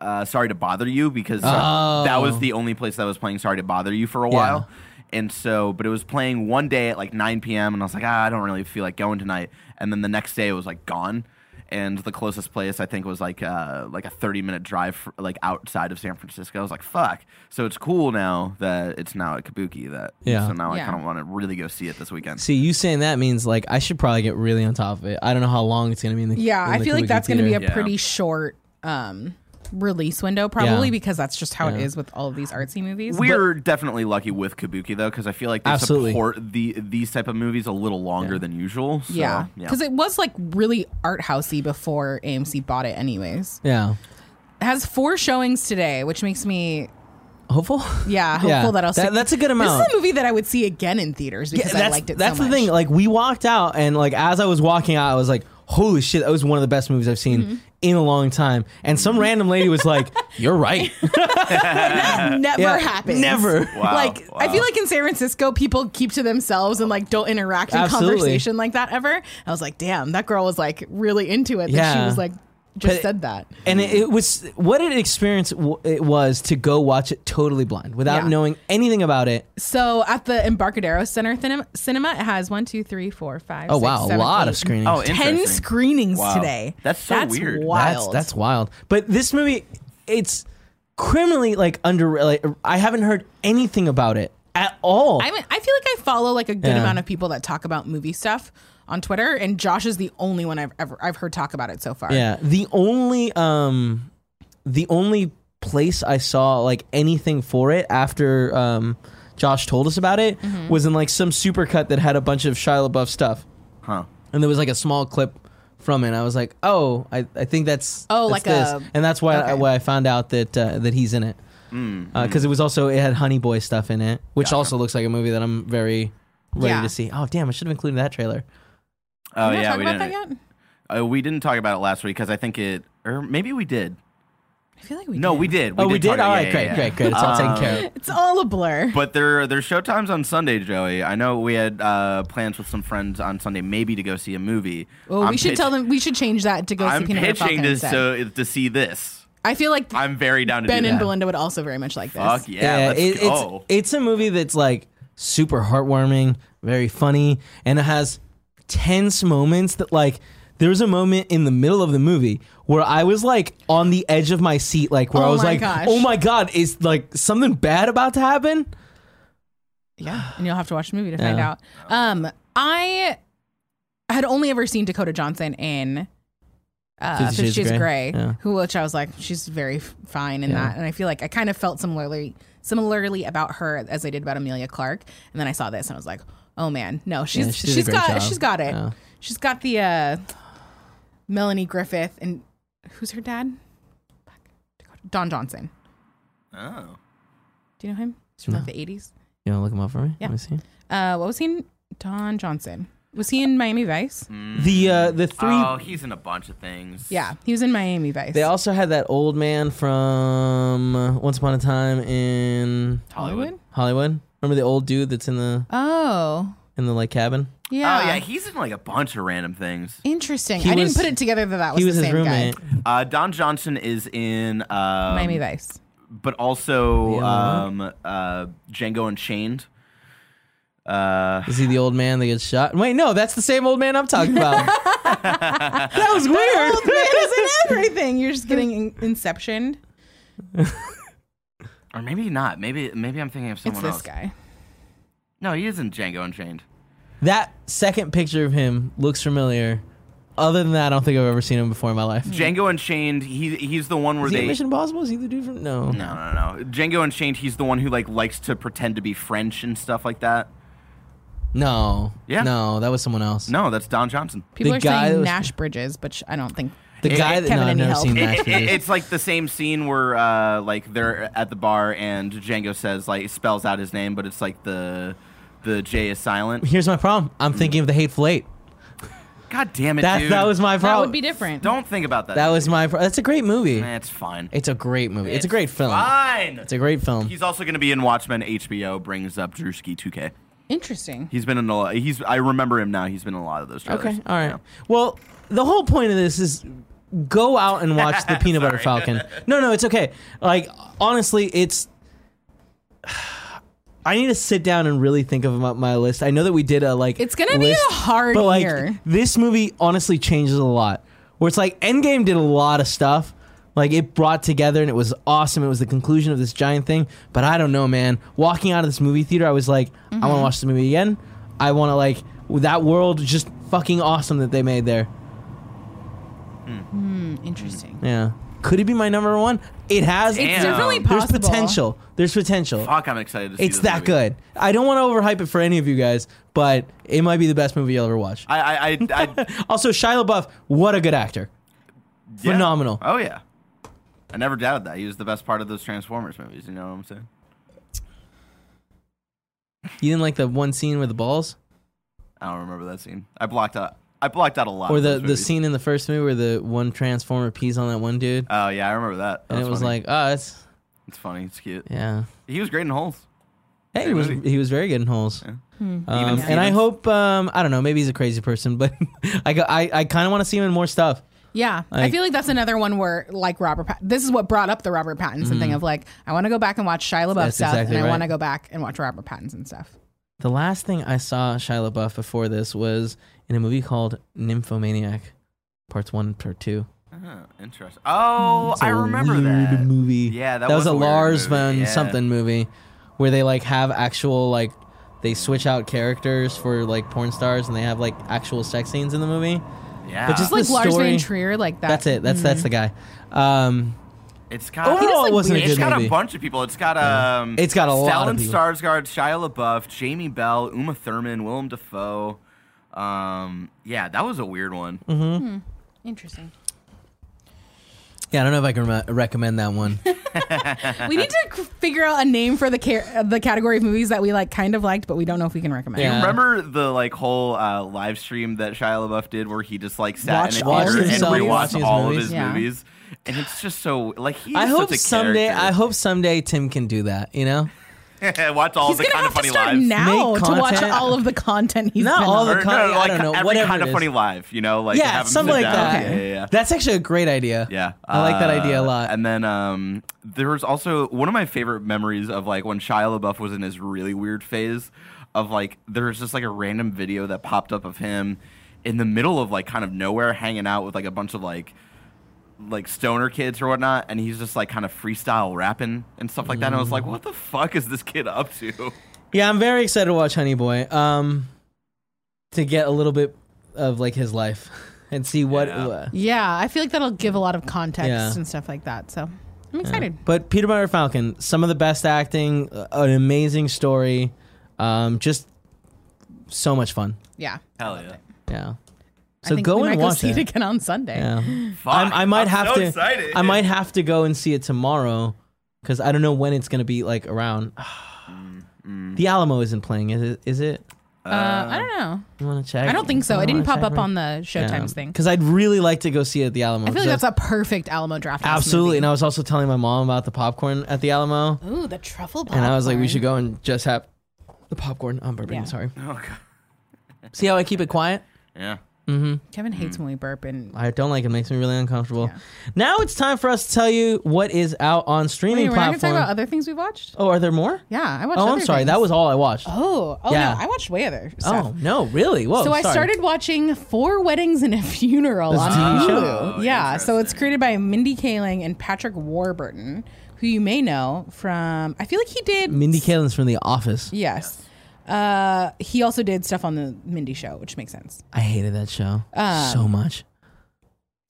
uh, sorry to bother you because uh, that was the only place that was playing Sorry to Bother You for a while. And so, but it was playing one day at like 9 p.m. and I was like, ah, I don't really feel like going tonight. And then the next day it was like gone. And the closest place I think was like uh, like a 30 minute drive fr- like outside of San Francisco. I was like, fuck. So it's cool now that it's now at Kabuki. That Yeah. So now Yeah. I kind of want to really go see it this weekend. See, you saying that means like I should probably get really on top of it. I don't know how long it's gonna be in the Yeah, in I the feel like Kabuki that's going to be a theater. Yeah. pretty short um, release window, probably Yeah. because that's just how it Yeah. is with all of these artsy movies. We're definitely lucky with Kabuki though, because I feel like they Absolutely. support the these type of movies a little longer than usual. So, yeah, yeah. because it was like really art housey before AMC bought it. Anyways, yeah. it has four showings today, which makes me Hopeful. yeah hopeful that I'll. stick- that's a good This amount. is a movie that I would see again in theaters because I liked it. so That's the much. thing. Like we walked out, and like as I was walking out, I was like, "Holy shit! That was one of the best movies I've seen Mm-hmm. in a long time." And some random lady was like, "You're right." that never Yeah. happens. Never. Wow, Like I Uh, wow. feel like in San Francisco, people keep to themselves and like don't interact in Absolutely. conversation like that ever. I was like, damn, that girl was like really into it. That she Yeah. was like just But- said that. and it, it was what an experience w- it was to go watch it totally blind without Yeah. knowing anything about it. So at the Embarcadero Center Cinem- Cinema, it has one, two, three, four, five. Oh six, wow, a seven, lot of eight, screenings. Oh, Ten interesting. screenings Wow. today. That's so weird. That's, Wild. that's wild. But this movie, it's criminally like under. Like, I haven't heard anything about it at all. I mean, I feel like I follow like a good Yeah. amount of people that talk about movie stuff on Twitter, and Josh is the only one I've ever I've heard talk about it so far. Yeah, the only um, the only place I saw like anything for it after um, Josh told us about it Mm-hmm. was in like some supercut that had a bunch of Shia LaBeouf stuff, Huh. Oh, and there was like a small clip from it. And I was like, oh, I, I think that's Oh, that's like a- this. and that's why I, okay. why I found out that uh, that he's in it Mm, because it was also it had Honey Boy stuff in it, which also looks like a movie that I'm very ready Yeah. to see. Oh damn, I should have included that trailer. Oh Did I yeah, talk we about didn't. that yet? Uh, we didn't talk about it last week because I think it, or maybe we did. I feel like we No, did. we did. oh, we did. talk about- All yeah, right, yeah, great, great, yeah. Um, great. It's all taken care of. It's all a blur. But there, there's showtimes on Sunday, Joey. I know we had uh, plans with some friends on Sunday, maybe to go see a movie. Well, I'm we should pitch- tell them we should change that to go I'm see Peanut Butter pitching Falcon to instead. so, to see this. I feel like I'm very down to Ben do and that. Belinda would also very much like this. Fuck yeah, let's it- go. It's, it's a movie that's like super heartwarming, very funny, and it has tense moments that like there was a moment in the middle of the movie where I was like on the edge of my seat, like where Oh I was my like, gosh. "Oh my god, is like something bad about to happen?" Yeah, and you'll have to watch the movie to find Yeah. out. Um, I had only ever seen Dakota Johnson in uh, Fifty Shades, of Grey, yeah. who which I was like, she's very f- fine in Yeah. that, and I feel like I kind of felt similarly similarly about her as I did about Amelia Clark, and then I saw this and I was like, oh man, no, she's she did a she's great got job. she's got it, Yeah. she's got the uh, Melanie Griffith and who's her dad? Fuck. Dakota- Don Johnson. Oh. Do you know him? He's from like the eighties. You wanna look him up for me? Yeah. Let me see. Uh, what was he in? Don Johnson. Was he in Miami Vice? The uh, the three. Mm. Oh, he's in a bunch of things. Yeah, he was in Miami Vice. They also had that old man from uh, Once Upon a Time in Hollywood. Hollywood. Remember the old dude that's in the Oh, in the like cabin? yeah. Oh yeah, he's in like a bunch of random things. Interesting. He I was- didn't put it together that that was, He was the his same roommate. guy. Uh, Don Johnson is in um, Miami Vice. but also Yeah. um, uh, Django Unchained. Uh, Is he the old man that gets shot? Wait, no, that's the same old man I'm talking about. that was Old man weird. is in everything. You're just getting in- inceptioned. or maybe not. Maybe maybe I'm thinking of It's someone this else. guy. No, he is in Django Unchained. that second picture of him looks familiar. Other than that, I don't think I've ever seen him before in my life. Is Django Unchained. He he's the one where he in they. Mission Impossible? Is he the dude from? No. no, no, no. Django Unchained. He's the one who like likes to pretend to be French and stuff like that. No. Yeah. No, that was someone else. No, that's Don Johnson. People The are guy that saying was- Nash Bridges, but sh- I don't think. The guy that no, Kevin, I've any never help? seen that. It- it- it's like the same scene where uh, like they're at the bar and Django says like spells out his name, but it's like the the J is silent. Here's my problem. I'm thinking of the Hateful Eight. God damn it, That dude. that was my That problem. would be different. Don't think about that. That was my. Pro- that's a great movie. That's fine. It's a great movie. It's, a great film. Fine. It's a great film. He's also going to be in Watchmen. HBO brings up Drewski 2K. Interesting. He's been in a lot. He's I remember him now. He's been in a lot of those. Trailers. Okay, all right. Yeah. Well, the whole point of this is go out and watch the Peanut Butter Falcon. No, no, it's okay. Like honestly, it's. I need to sit down and really think of my, my list. I know that we did a like. It's gonna be a hard but like year. this movie honestly changes a lot. Where it's like Endgame did a lot of stuff. Like it brought together and it was awesome. It was the conclusion of this giant thing. But I don't know, man. Walking out of this movie theater, I was like, I Mm-hmm. want to watch the movie again. I want to like that world is just fucking awesome that they made there. Mm, Interesting. Yeah. Could it be my number one? It has. It's Damn. definitely There's possible. potential. There's potential. Fuck, I'm excited to see. It's this that movie. good. I don't want to overhype it for any of you guys, but it might be the best movie you'll ever watch. I I I, I Also, Shia LaBeouf, what a good actor. yeah. Phenomenal. Oh yeah. I never doubted that. He was the best part of those Transformers movies. You know what I'm saying? You didn't like the one scene with the balls, I don't remember that scene. I blocked out. I blocked out a lot. or of the those the movies. scene in the first movie where the one transformer pees on that one dude, Oh yeah, I remember that. and it was like, oh, it's it's funny. It's cute. yeah. He was great in Holes. Hey, he was he was very good in holes. Hmm. Um, Even and I Stevens? hope um, I don't know. Maybe he's a crazy person, but I go, I, I kind of want to see him in more stuff. Yeah, I Like- feel like that's another one where like Robert. Pat- this is what brought up the Robert Pattinson thing of like I want to go back and watch Shia LaBeouf Mm. That's stuff, exactly and I right. want to go back and watch Robert Pattinson stuff. The last thing I saw Shia LaBeouf before this was in a movie called Nymphomaniac, parts one and part two. Oh, interesting. Oh, I remember Hmm, weird that movie. Yeah, that, was, a weird Lars movie. von Yeah. something movie where they like have actual like they switch out characters for like porn stars and they have like actual sex scenes in the movie. Yeah, But just Like the Lars story- Van Trier, like that. That's it. That's that's the guy. Um, it's got. overall, like, it wasn't a weird- good It's got movie. a bunch of people. It's got um. It's got a lot of Stellan people. Skarsgård, Shia LaBeouf, Jamie Bell, Uma Thurman, Willem Dafoe. Um, yeah, that was a weird one. Interesting. yeah, I don't know if I can re- recommend that one. Uh-huh. we need to c- figure out a name for the car- uh, the category of movies that we like kind of liked, but we don't know if we can recommend. Yeah. Remember the like whole uh, live stream that Shia LaBeouf did, where he just like sat Watched in all a theater his and movies. rewatched Watching his all movies. of his Yeah. movies, and it's just so like he's I hope such a someday. I character. hope someday Tim can do that. You know, watch all He's the gonna kind have of funny to start lives. now Make to watch content. all of the content he's Not been all on. the- Or, con- I no, like don't know, every whatever kind it of is. funny live, you know, like yeah, have him something like sit down. that. Yeah, yeah, yeah. That's actually a great idea. Yeah, I like that idea a uh, lot. And then um, there was also one of my favorite memories of like when Shia LaBeouf was in his really weird phase. Of like, there was just like a random video that popped up of him in the middle of like kind of nowhere, hanging out with like a bunch of like like stoner kids or whatnot, and he's just like kind of freestyle rapping and stuff like that. And I was like, Mm. what the fuck is this kid up to? Yeah, I'm very excited to watch Honey Boy. Um, to get a little bit of like his life and see what. Yeah. uh, Yeah, I feel like that'll give a lot of context Yeah. and stuff like that. So I'm excited. But Peter Butter Falcon, some of the best acting, uh, an amazing story, um, just so much fun. Yeah. Hell yeah! Yeah. I So think go we and might watch go see it. it again on Sunday. Yeah. Fuck, I'm- I might I'm have so to. Excited. I might have to go and see it tomorrow because I don't know when it's gonna be like around. Mm, The Alamo isn't playing, is it? Is it? Uh, I don't know. You want to check? I don't think so. It didn't pop up on the Showtimes thing. because I'd really like to go see it at the Alamo. I feel like 'cause that's a perfect Alamo draft. house Absolutely. And movie. I was also telling my mom about the popcorn at the Alamo. Ooh, the truffle. Popcorn. And I was like, we should go and just have the popcorn. I'm burping. Yeah. Sorry. Oh, God. See how I keep it quiet? Yeah. Kevin Mm. hates when we burp, and I don't like it. It makes me really uncomfortable. Now it's time for us to tell you what is out on Wait, streaming we're not going to talk platforms. about other things we watched. oh, are there more? Yeah, I watched. Oh, I'm other sorry. That things. was all I watched. Oh, oh Yeah. no, I watched way other stuff. Oh, no, really? Whoa. So I sorry. started watching Four Weddings and a Funeral on TV show? Oh, Hulu. yeah, so it's created by Mindy Kaling and Patrick Warburton, who you may know from. I feel like he did. Mindy Kaling's from The Office. yes. Uh, he also did stuff on the Mindy Show, which makes sense. I hated that show Um, so much.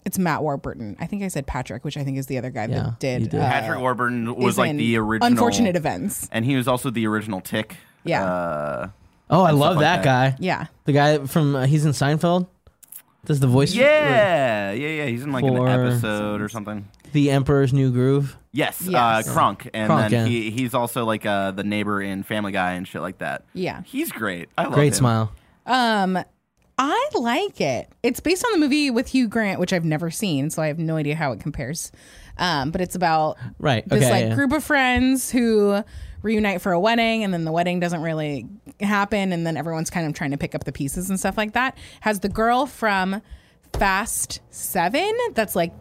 It's Matt Warburton. I think I said Patrick, which I think is the other guy Yeah, that did. you did. uh, Patrick Warburton was is like in the original Unfortunate events. and he was also the original Tick. Yeah. Uh, Oh, I love like that, that. guy. Yeah. The guy from, uh, he's in Seinfeld. Does the voice yeah, yeah, yeah. He's in like For- an episode or something. The Emperor's New Groove. Yes, Yes. Uh, Kronk, and Kronk, yeah. then he, he's also like uh, the neighbor in Family Guy and shit like that. Yeah. he's great. I love Great him. smile. Um, I like it. It's based on the movie with Hugh Grant, which I've never seen, so I have no idea how it compares. Um, but it's about Right, this okay, like yeah. group of friends who reunite for a wedding and then the wedding doesn't really happen and then everyone's kind of trying to pick up the pieces and stuff like that. Has the girl from Fast 7 that's like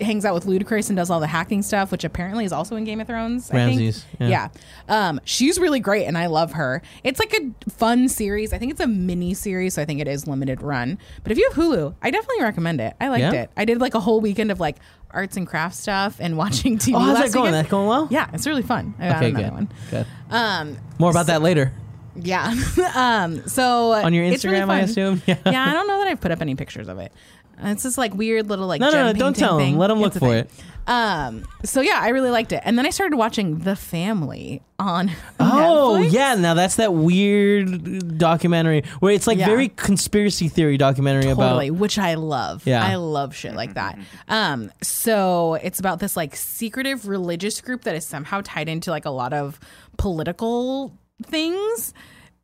hangs out with Ludacris and does all the hacking stuff, which apparently is also in Game of Thrones. Ramses, I think. Yeah. Um, she's really great and I love her. It's like a fun series. I think it's a mini series, so I think it is limited run. But if you have Hulu, I definitely recommend it. I liked Yeah? it. I did like a whole weekend of like arts and craft stuff and watching TV. Oh, how's last that going? weekend. That going well? Yeah, it's really fun. I got Okay, another good. one. Good. Um, More about that later. yeah. um, so On your it's really Instagram, I fun. assume? Yeah. Yeah. I don't know that I've put up any pictures of it. Uh, It's just like weird little like No, no, gem no. Don't painting tell thing. him. Let him look It's a for thing. it. Um, so yeah, I really liked it, and then I started watching The Family on. Oh Netflix. yeah, now that's that weird documentary where it's like Yeah. very conspiracy theory documentary totally, about. which I love. Yeah. I love shit like that. Um, so it's about this like secretive religious group that is somehow tied into like a lot of political things.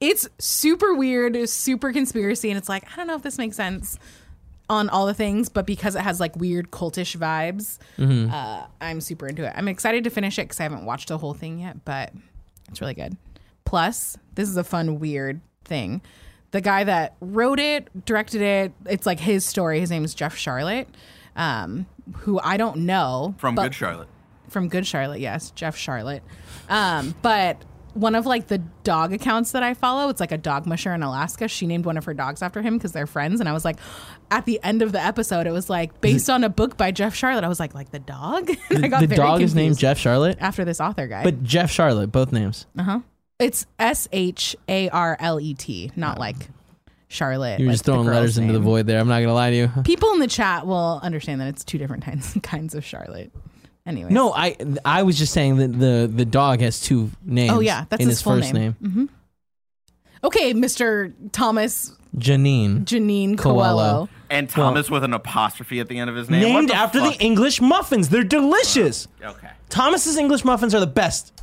It's super weird, super conspiracy, and it's like I don't know if this makes sense on all the things, but because it has like weird cultish vibes, uh, I'm super into it. I'm excited to finish it because I haven't watched the whole thing yet, but it's really good. Plus, this is a fun, weird thing. The guy that wrote it, directed it, it's like his story. His name is Jeff Charlotte, um, who I don't know from but- Good Charlotte. from Good Charlotte, yes, Jeff Charlotte. Um, but one of like the dog accounts that I follow, it's like a dog musher in Alaska. She named one of her dogs after him because they're friends. And I was like, at the end of the episode, it was like based on a book by Jeff Charlotte. I was like, like the dog. And I got The very dog is named confused Jeff Charlotte, after this author guy. but Jeff Charlotte, both names. it's S H A R L E T, not like Charlotte. Oh. You're like just the throwing girl's letters into the name. void there. I'm not gonna lie to you. People in the chat will understand that it's two different kinds kinds of Charlotte. Anyway, No, I I was just saying that the the dog has two names. Oh, yeah, that's in his his, full first name, name. Okay, Mr. Thomas Janine, Janine Coelho. Coelho. And Thomas with an apostrophe at the end of his name. What named after fuck? the English muffins. They're delicious. Okay. Thomas's English muffins are the best.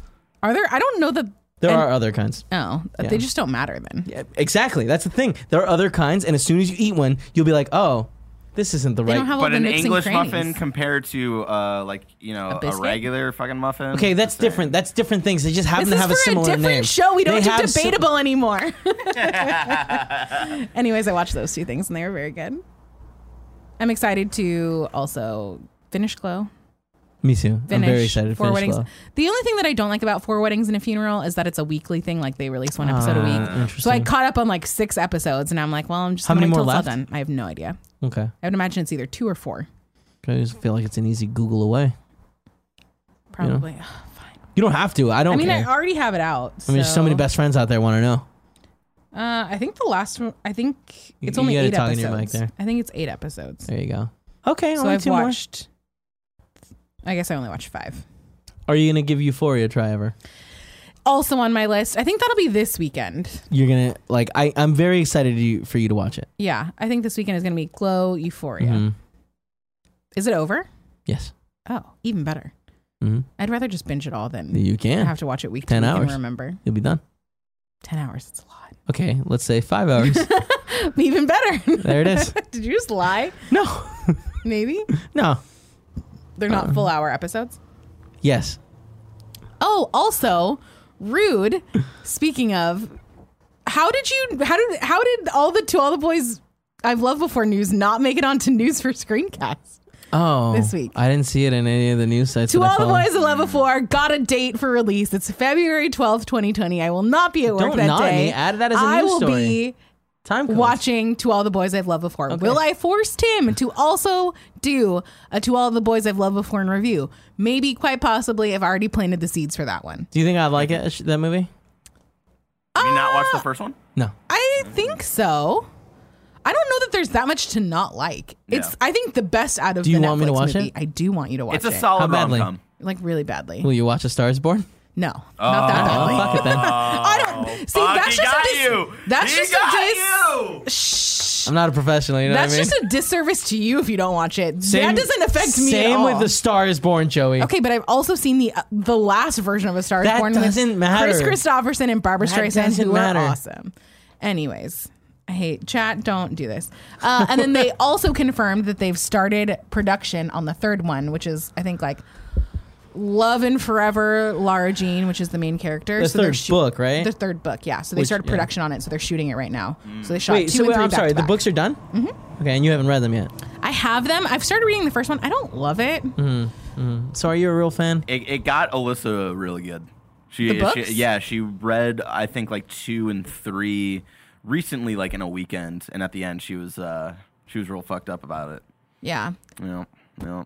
Are there? I don't know the. There and- are other kinds. Oh, Yeah. they just don't matter then. Yeah, Exactly. That's the thing. There are other kinds, and as soon as you eat one, you'll be like, oh, this isn't the They right. don't have all But the an nooks and English crannies. muffin compared to uh, like you know a, biscuit? regular fucking muffin. okay, that's It's the same. different. That's different things. They just happen This to is have for a similar different name. show. We don't They do have sim- debatable anymore. Anyways, I watched those two things and they were very good. I'm excited to also finish Glow. Me too. Finish I'm very excited. Four for weddings. The only thing that I don't like about four weddings and a funeral is that it's a weekly thing. Like they release one episode a week. Ah, Interesting. So I caught up on like six episodes, and I'm like, well, I'm just How gonna many wait till more it's all done. I have no idea. okay. I would imagine it's either two or four, I just feel like it's an easy Google away. probably. You don't have to. I don't I mean, care. I already have it out. I mean, there's so many so- best friends out there want to know. Uh, I think the last one. I think You- it's you only gotta eight talk in episodes. your mic there. I think it's eight episodes. There you go. Okay, so only I've two watched. I guess I only watched five. more. Are you gonna give Euphoria a try ever? Also on my list, I think that'll be this weekend. You're gonna like. I I'm very excited to, for you to watch it. Yeah, I think this weekend is going to be Glow Euphoria. Mhm. Is it over? Yes. Oh, even better. Mhm. I'd rather just binge it all than You can. have to watch it week to 10 week and hours. remember. You'll be done. Ten hours, it's a Okay, let's say five hours. lot. even better. there it is. Did you just lie? No. Maybe No. they're not Uh-uh. full hour episodes. Yes. Oh, also, rude. Speaking of, how did you? How did? How did all the to all the boys I've loved before news not make it onto news for screencast? Oh. This week. I didn't see it in any of the news sites. To that I all the follow. boys I love before got a date for release. It's February twelfth, twenty twenty. I will not be at work Don't that nod day. me. Add that as a I news will story. be Time codes. watching To All the Boys I've Loved Before. Will I force Tim to also do a To All the Boys I've Loved Before in review? Maybe, quite possibly. I've already planted the seeds for that one. Do you think I'd like it? That movie? Did you not watch Ah! the first one? No. I think so. I don't know that there's that much to not like. It's I think the best out of Do you the want me Netflix to watch movie. it? I do want you to watch It's a it. How solid rom badly? com. like really badly. Will you watch A Star Is Born? No, not that badly. Fuck it then. I don't see. Fuck, That's he just Oh. a got dis- you. That's He just got a dis- you. Shh. I'm not a professional. You know That's what I mean? just a disservice to you if you don't watch it. Same- that doesn't affect me. Same at all. with The Star Is Born, Joey. Okay, but I've also seen the uh, the last version of A Star Is That Born. doesn't with matter. Chris Christopherson and Barbara That Streisand, doesn't who matter. are awesome. Anyways, I hate chat. Don't do this. Uh, and then they also confirmed that they've started production on the third one, which is I think like Love and Forever Lara Jean, which is the main character. The they're third book, right? The third book, yeah. So they Which- started yeah. Mm. production on it, so they're shooting it right now. So they shot Wait, two so and wait, 3 I'm back sorry. to The back. books are done. Mm-hmm. Okay, and you haven't read them yet. I have them. I've started reading the first one. I don't love it. Mm-hmm. So are you a real fan? It, it got Alyssa really good. She, The books? she yeah, she read I think like two and three recently, like in a weekend, and at the end she was uh she was real fucked up about it. Yeah. Yeah, yeah.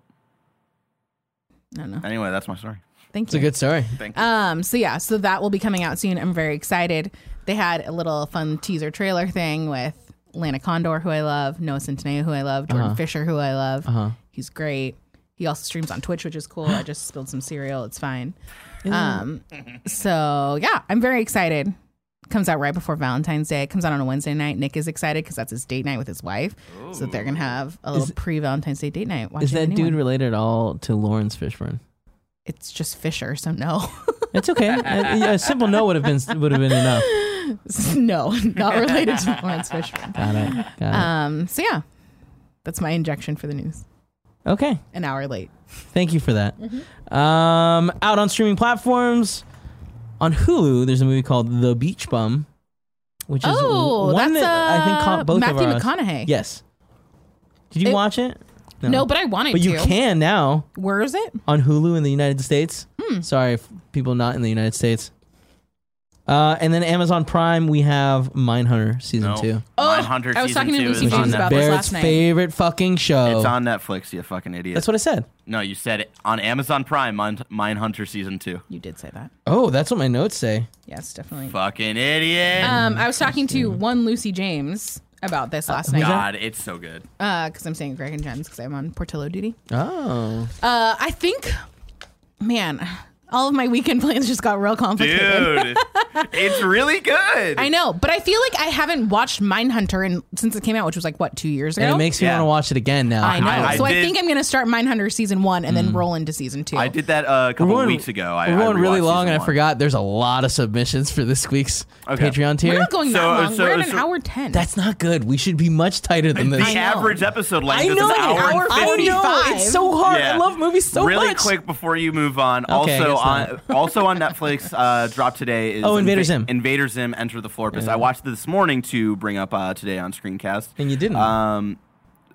I don't know. Anyway, that's my story. Thank It's a you. good story. Um, so yeah, so that will be coming out soon. I'm very excited. They had a little fun teaser trailer thing with Lana Condor, who I love, Noah Centineo, who I love, Jordan Uh-huh. Fisher, who I love. He's great. He also streams on Twitch, which is cool. I just spilled some cereal. It's fine. Um, so yeah, I'm very excited. Comes out right before Valentine's Day. It comes out on a Wednesday night. Nick is excited because that's his date night with his wife. So they're gonna have a little pre-Valentine's Day date night. Is watching the that new dude one. related at all to Lawrence Fishburne? It's just Fisher, so no. It's okay. Uh, a, a simple no would have been would have been enough. no, not related to Lawrence Fishburne. Got it. Got it. Um, so yeah, that's my injection for the news. Okay. An hour late. Thank you for that. Um, out on streaming platforms, on Hulu, there's a movie called The Beach Bum, which is Oh, one that's, that I think uh, caught both Matthew of us. McConaughey. Yes. Did you It- watch it? No, but I wanted But to. you can now Where is it? on Hulu in the United States. Sorry, if people not in the United States. Uh, and then Amazon Prime, we have Mindhunter season two. Mindhunter Oh, I was season talking to two Lucy is on James about Netflix. this Barrett's last night. favorite fucking show. It's on Netflix. You fucking idiot. That's what I said. no, you said it on Amazon Prime. Mind Mindhunter season two. You did say that. Oh, that's what my notes say. Yes, definitely. Fucking idiot. Um, I was talking to one Lucy James about this last night God, it's so good. because I'm saying Greg and Jen's because I'm on Portillo duty. Oh. Uh, I think, man, all of my weekend plans just got real complicated. Dude, it's really good. I know, but I feel like I haven't watched Mindhunter in, since it came out, which was like what two years ago. And it makes me Yeah. want to watch it again now. I know. I- I so I did- think I'm gonna start Mindhunter season one and then Mm. roll into season two. I did that uh, a couple going- weeks ago. I, We're I going really rewatched long, season and I one. forgot there's a lot of submissions for this week's Okay. Patreon We're tier. not going that So- long. so- We're at an so- hour ten. That's not good. We should be much tighter than The this. average episode length I is know. an hour, and I know. 50. It's so hard. I Yeah. love movies so really much. quick before you move on. Okay, I also guess on also on Netflix, uh, drop today is Oh, Invader Zim. Invader Zim, Enter the Floor Piss. I watched this morning to bring up uh, today on screencast. And you didn't. Um,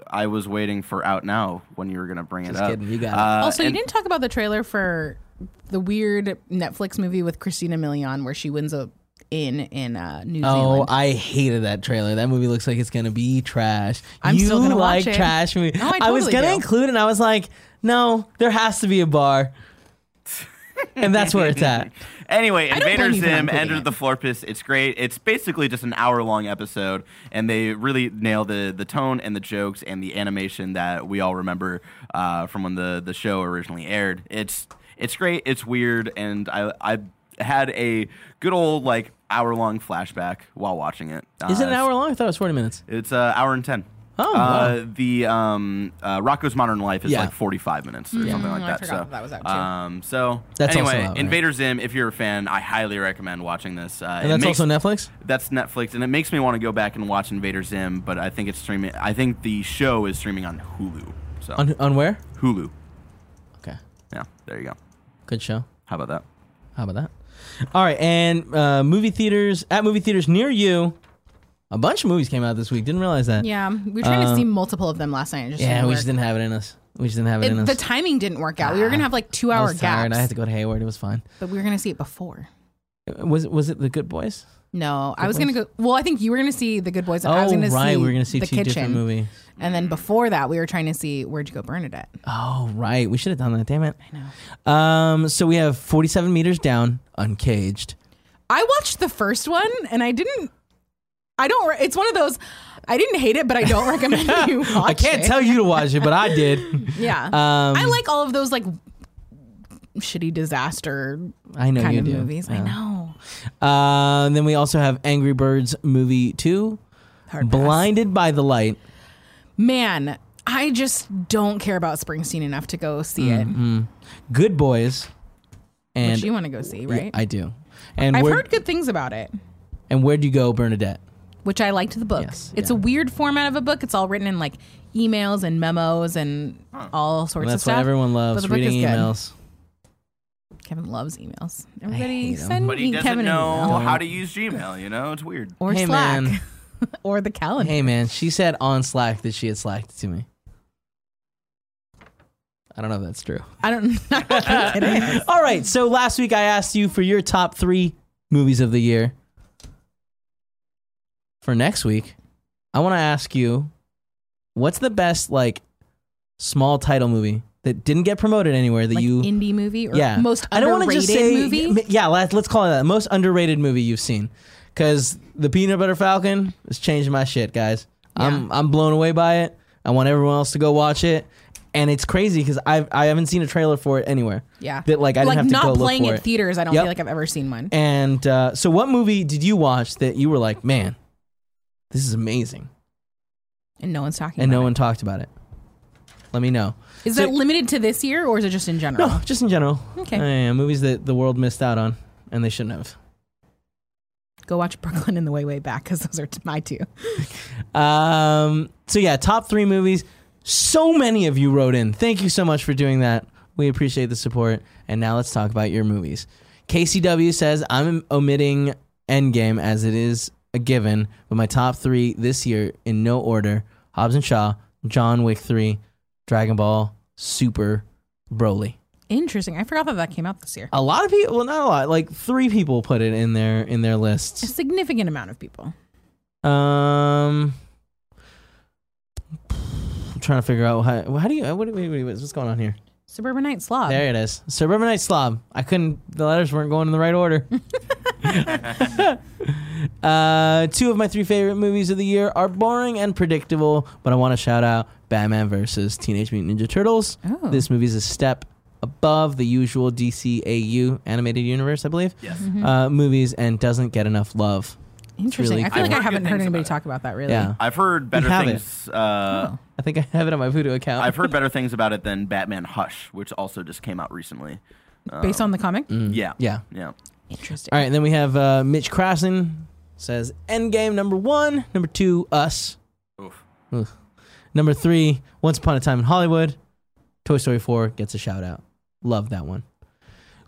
I was waiting for out now when you were gonna bring it Just up. kidding. You got it. Uh, also, you and- didn't talk about the trailer for the weird Netflix movie with Christina Milian where she wins a in in uh, New Oh, Zealand. I hated that trailer. That movie looks like it's gonna be trash. I'm you still gonna like watch it. trash movie. No, I was totally gonna do. include, it and I was like, no, there has to be a bar, and that's where it's at. Anyway, don't blame Invader you for not Zim, including Enter it. the Floor Piss. It's great. It's basically just an hour long episode, and they really nail the the tone and the jokes and the animation that we all remember uh, from when the the show originally aired. It's it's great. It's weird, and I I had a good old like hour long flashback while watching it. Uh, Is it an hour long? I thought it was forty minutes. It's an hour and ten. Oh, uh, the um, uh, Rocco's Modern Life is Yeah. like 45 minutes or something like Mm, I that. forgot so, that that was out too. Um, so That's also anyway, out, right? Invader Zim. If you're a fan, I highly recommend watching this. Uh, And that's also Netflix. that's Netflix, and it makes me want to go back and watch Invader Zim. But I think it's streaming. I think the show is streaming on Hulu. So On on where? Hulu. Okay, Yeah, there you go. good show. How about that? How about that? All right, and uh, movie theaters at movie theaters near you. A bunch of movies came out this week. Didn't realize that. yeah, we were trying Uh, to see multiple of them last night. It just Yeah, didn't we work. just didn't have it in us. We just didn't have it, in It, us. the timing didn't work out. We were gonna have like two I hour was tired. gaps, I had to go to Hayward. It was fine. but we were gonna see it before. Was was it the Good Boys? No, I was gonna go. Well, I think you were gonna see The Good Boys. and I was oh gonna right, see we were gonna see The two Kitchen. different movies. And then before that, we were trying to see Where'd You Go, Bernadette? Oh right, we should have done that. Damn it. I know. Um, so we have forty-seven meters down, uncaged. I watched the first one and I didn't. I don't. re- It's one of those. I didn't hate it, but I don't recommend you watch I can't it. tell you to watch it, but I did. Um, Yeah, I like all of those like shitty disaster I know kind you of do. movies. I know. Uh, then we also have Angry Birds movie two, Hard pass. Blinded by the Light. man. I just don't care about Springsteen enough to go see it. Good Boys, Mm-hmm. and Which you want to go see, right? I do. And I've where heard good things about it. and where do you go, Bernadette? which I liked the book. Yes, it's yeah. a weird format of a book. It's all written in like emails and memos and all sorts And of that's stuff. what everyone But loves the book reading is good. emails. Kevin loves emails. Everybody hate 'em. send But he me doesn't Kevin an know email how to use Gmail. You know, it's weird. or Hey, Slack man. or the calendar. Hey man, she said on Slack that she had slacked to me. I don't know if that's true. I don't. I don't think it is. All right, so last week I asked you for your top three movies of the year. For next week, I want to ask you, what's the best like small title movie that didn't get promoted anywhere that Like you indie movie or yeah most wanna underrated movie. yeah let, let's call it that most underrated movie you've seen because the Peanut Butter Falcon is changing my shit guys I'm I'm blown away by it I want everyone else to go watch it and it's crazy because I I haven't seen a trailer for it anywhere Yeah. that like I like didn't have to not go playing look for at theaters. I don't Yep. feel like I've ever seen one. and uh, so what movie did you watch that you were like man this is amazing And no one's talking. and about no it. one talked about it let me know Is So- that limited to this year or is it just in general? no just in general Okay. Yeah, yeah, movies that the world missed out on and they shouldn't have Go watch Brooklyn and the Way Way Back because those are t- my two. Um, so yeah, top three movies. So many of you wrote in. Thank you so much for doing that. We appreciate the support. And now let's talk about your movies. KCW says I'm omitting Endgame as it is a given, but my top three this year in no order: Hobbs and Shaw, John Wick Three, Dragon Ball Super, Broly. Interesting. I forgot that that came out this year. A lot of people, well, not a lot, like three people put it in their in their lists. A significant amount of people. Um, I'm trying to figure out how. How do you? What, do we- what, do we- what's going on here? Suburbanite Slob. There it is. Suburbanite slob. I couldn't. The letters weren't going in the right order. uh, two of my three favorite movies of the year are boring and predictable, but I want to shout out Batman versus Teenage Mutant Ninja Turtles. Oh. This movie is a step above the usual DCAU animated universe, I believe. Yes. Uh, movies and doesn't get enough love. Interesting. really I cool. feel like I I've heard haven't good heard things anybody about it. talk about that really. Yeah, I've heard better have it. Oh. things. Uh, I think I have it on my Voodoo account. I've heard better things about it than Batman Hush, which also just came out recently. Um, Based on the comic. Yeah. Mm. Yeah. Yeah. Interesting. All right, and then we have uh, Mitch Krasen says Endgame number one, number two, Us, Oof. number three, Once Upon a Time in Hollywood, Toy Story four gets a shout out. Love that one.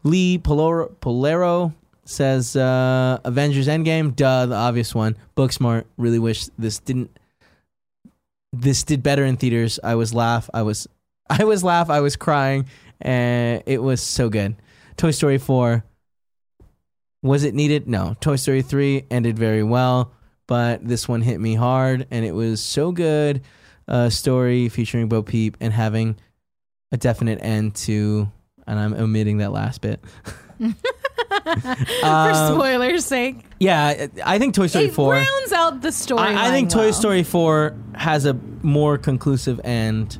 Lee Polero, Polero says uh, Avengers Endgame, duh, the obvious one. Booksmart really wish this didn't. This did better in theaters. I was laugh. I was, I was laugh. I was crying, and it was so good. Toy Story four. Was it needed? No. Toy Story 3 ended very well, but this one hit me hard, and it was so good. Uh, story featuring Bo Peep and having a definite end to, and I'm omitting that last bit. For Um, spoilers' sake, yeah, I I think Toy Story it 4. rounds out the story. I, I think Toy well. Story 4 has a more conclusive end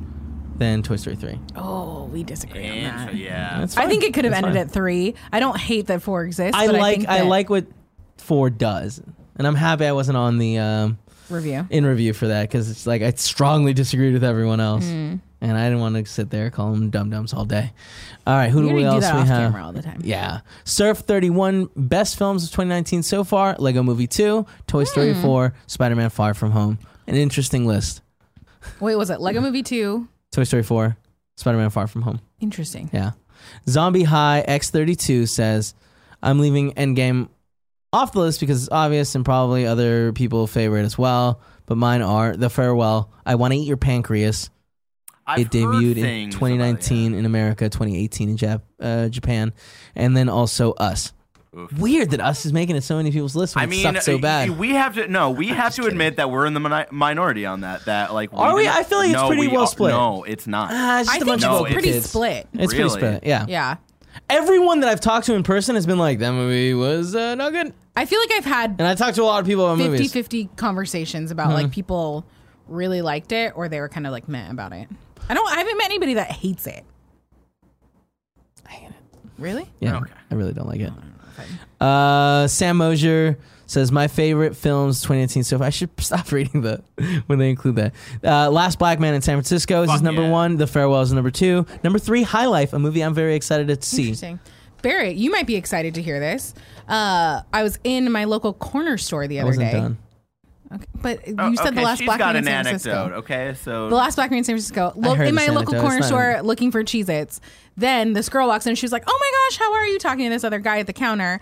than Toy Story 3. Oh, we disagree on And that. so, yeah. That's I fine. think it could have That's ended fine. at three. I don't hate that four exists. I but I, like think I, that like what 4 does, and I'm happy I wasn't on the. Um, review. in review for that because it's like I strongly disagreed with everyone else, Hmm. and I didn't want to sit there call them dum dums all day. All right, who You do we already do else that we off have? camera all the time. Yeah, Surf Thirty One, best films of 2019 so far: Lego Movie Two, Toy Hmm. Story Four, Spider Man Far From Home. An interesting list: Wait, was it Lego Movie Two? Toy Story Four, Spider Man Far From Home. Interesting. Yeah. Zombie High X32 says, I'm leaving Endgame off the list because it's obvious and probably other people favor it as well. But mine are The Farewell, I Want to Eat Your Pancreas. I've it debuted in 2019 in America, 2018 in Jap- uh, Japan, and then also Us. Weird that Us is making it so many people's lists when I it mean, sucked so y- bad. we have to no, we have to kidding. admit that we're in the mini- minority on that. That like, Are we? didn't- I feel like it's No, pretty we well are- split. No, it's not. Ah, it's just I a think bunch it's of No, vocal pretty kids. split. It's pretty Really? split, yeah. Yeah. Everyone that I've talked to in person has been like, that movie was uh, not good. I feel like I've had And I talked to a lot of people about 50 movies. 50 conversations about like Mm-hmm. people really liked it or they were kind of like meh about it. I don't, I haven't met anybody that hates it. Really? Yeah, I really don't like it. Uh, Sam Mosier says my favorite films 2018 so far. I should stop reading the when they include that. Uh, Last Black Man in San Francisco is his number yeah. one. The Farewell is number two. Number three, High Life, a movie I'm very excited to see. Interesting. Barrett, you might be excited to hear this. Uh, I was in my local corner store the I other wasn't day. done. Okay. But you Oh, said okay, the last she's black got man an in San anecdote. Francisco. Okay, so The last black man in San Francisco, lo- heard in this my local anecdote. corner It's not- store, looking for Cheez Its. Then this girl walks in and she's like, Oh my gosh, how are you? Talking to this other guy at the counter.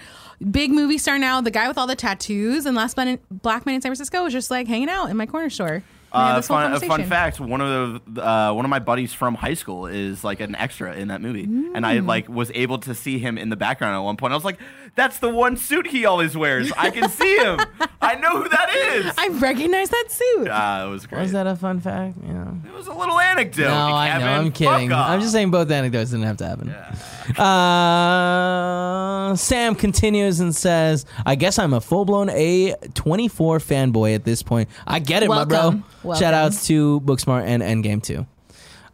Big movie star now, the guy with all the tattoos. And last man, black man in San Francisco was just like hanging out in my corner store. And we had Uh, this whole fun, a fun conversation. fact: one of the uh, one of my buddies from high school is like an extra in that movie, and Mm. I like was able to see him in the background at one point. I was like, "That's the one suit he always wears. I can see him. I know who that is." I recognize that suit. Uh, it was great. Was that a fun fact? Yeah. It was a little anecdote. No, I know. Kevin. I'm Fuck kidding. off. I'm just saying both anecdotes didn't have to happen. Uh, Sam continues and says, "I guess I'm a full blown A24 fanboy at this point. I get it, Welcome. my bro. Welcome. Shout outs to Booksmart and Endgame too."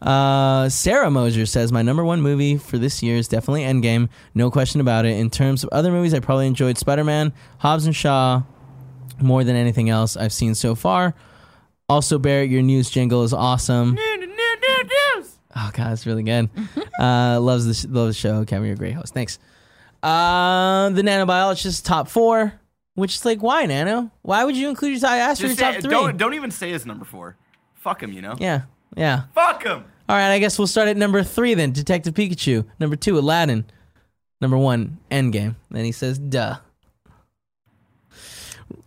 Uh, Sarah Moser says my number one movie for this year is definitely Endgame, no question about it. In terms of other movies, I probably enjoyed Spider Man, Hobbs and Shaw, more than anything else I've seen so far. Also, Barrett, your news jingle is awesome. Oh god, it's really good. uh, loves the sh- loves the show. Kevin, you're a great host. Thanks. Uh, the nanobiologist top four, which is like why nano? Why would you include your? I asked for your Just top say- 3 Don't don't even say his number four. Fuck him, you know. yeah, yeah. Fuck him. All right, I guess we'll start at number three then. Detective Pikachu. Number two, Aladdin. Number one, Endgame. Then he says, "Duh."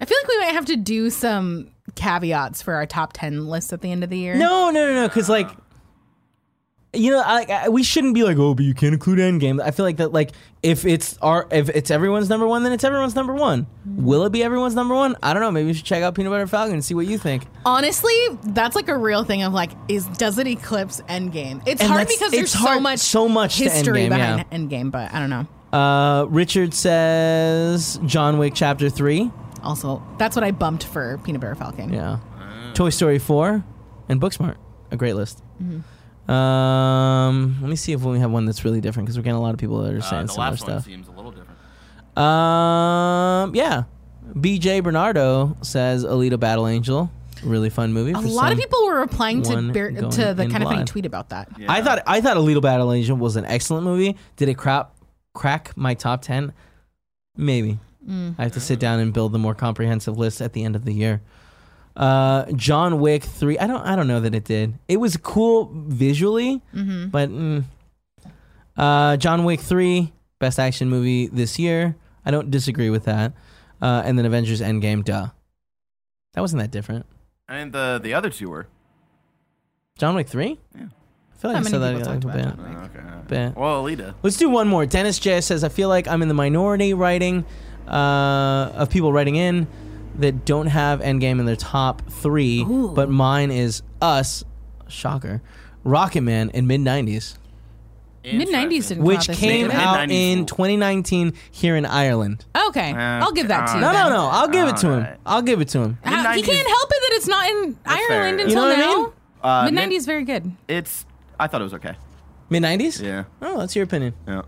I feel like we might have to do some caveats for our top 10 list at the end of the year. No, no, no, no. Because like, you know, I, I, we shouldn't be like, oh, but you can't include Endgame. I feel like that, like, if it's our, if it's everyone's number one, then it's everyone's number one. Will it be everyone's number one? I don't know. Maybe we should check out Peanut Butter Falcon and see what you think. Honestly, that's like a real thing of like, is does it eclipse Endgame? It's And hard that's- because it's there's so hard- much so much to history Endgame, behind Endgame, but I don't know. Uh, Richard says John Wick Chapter Three. Also, that's what I bumped for Peanut Butter Falcon. Yeah. Ah. Toy Story 4 and Booksmart. A great list. Um, let me see if we have one that's really different because we're getting a lot of people that are Uh, saying the similar last one stuff. seems a little different. Um, yeah. BJ Bernardo says Alita Battle Angel. Really fun movie. A lot of people were replying one to Bear, going to the in kind of funny blind. tweet about that. I thought I thought Alita Battle Angel was an excellent movie. Did it crap crack my top ten? Maybe. Mm, I have to sit down and build the more comprehensive list at the end of the year. Uh, John Wick three. I don't. I don't know that it did. It was cool visually, mm-hmm. but mm. uh, John Wick three best action movie this year. I don't disagree with that. Uh, and then Avengers Endgame. Duh. That wasn't that different. And the the other two were. John Wick three. Yeah. I feel like Not I said many that people a talked little about bit. Oh, okay. all right. bit. Well, Alita. Let's do one more. Dennis J says, I feel like I'm in the minority writing uh, of people writing in that don't have Endgame in their top three, but mine is us, shocker, Rocket Man in mid 90s, Mid '90s didn't which come out this came year. out in Mid-nineties. 2019 here in Ireland. Oh, Okay, I'll give that to you. No, no, then. no. I'll give it to him. Alright. I'll give it to him. How- he Mid-nineties- can't help it that it's not in fair. Ireland You until know what I mean? now. Uh, Mid mid- '90s, very good. It's. I thought it was okay. Mid 90s? Yeah. Oh, that's your opinion. Yeah.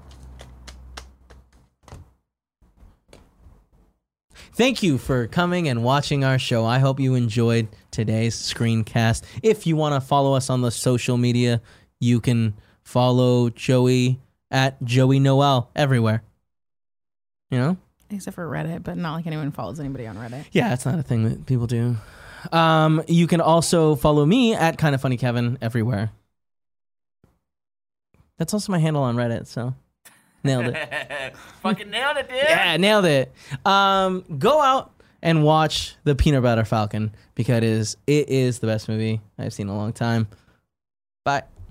Thank you for coming and watching our show. I hope you enjoyed today's screencast. If you want to follow us on the social media, you can follow Joey at Joey Noel everywhere. You know? Except for Reddit, but not like anyone follows anybody on Reddit. Yeah, it's not a thing that people do. Um, you can also follow me at Kind of Funny Kevin everywhere. That's also my handle on Reddit, so nailed it. Fucking nailed it, dude. Yeah, nailed it. Um, go out and watch the Peanut Butter Falcon because it is the best movie I've seen in a long time. Bye.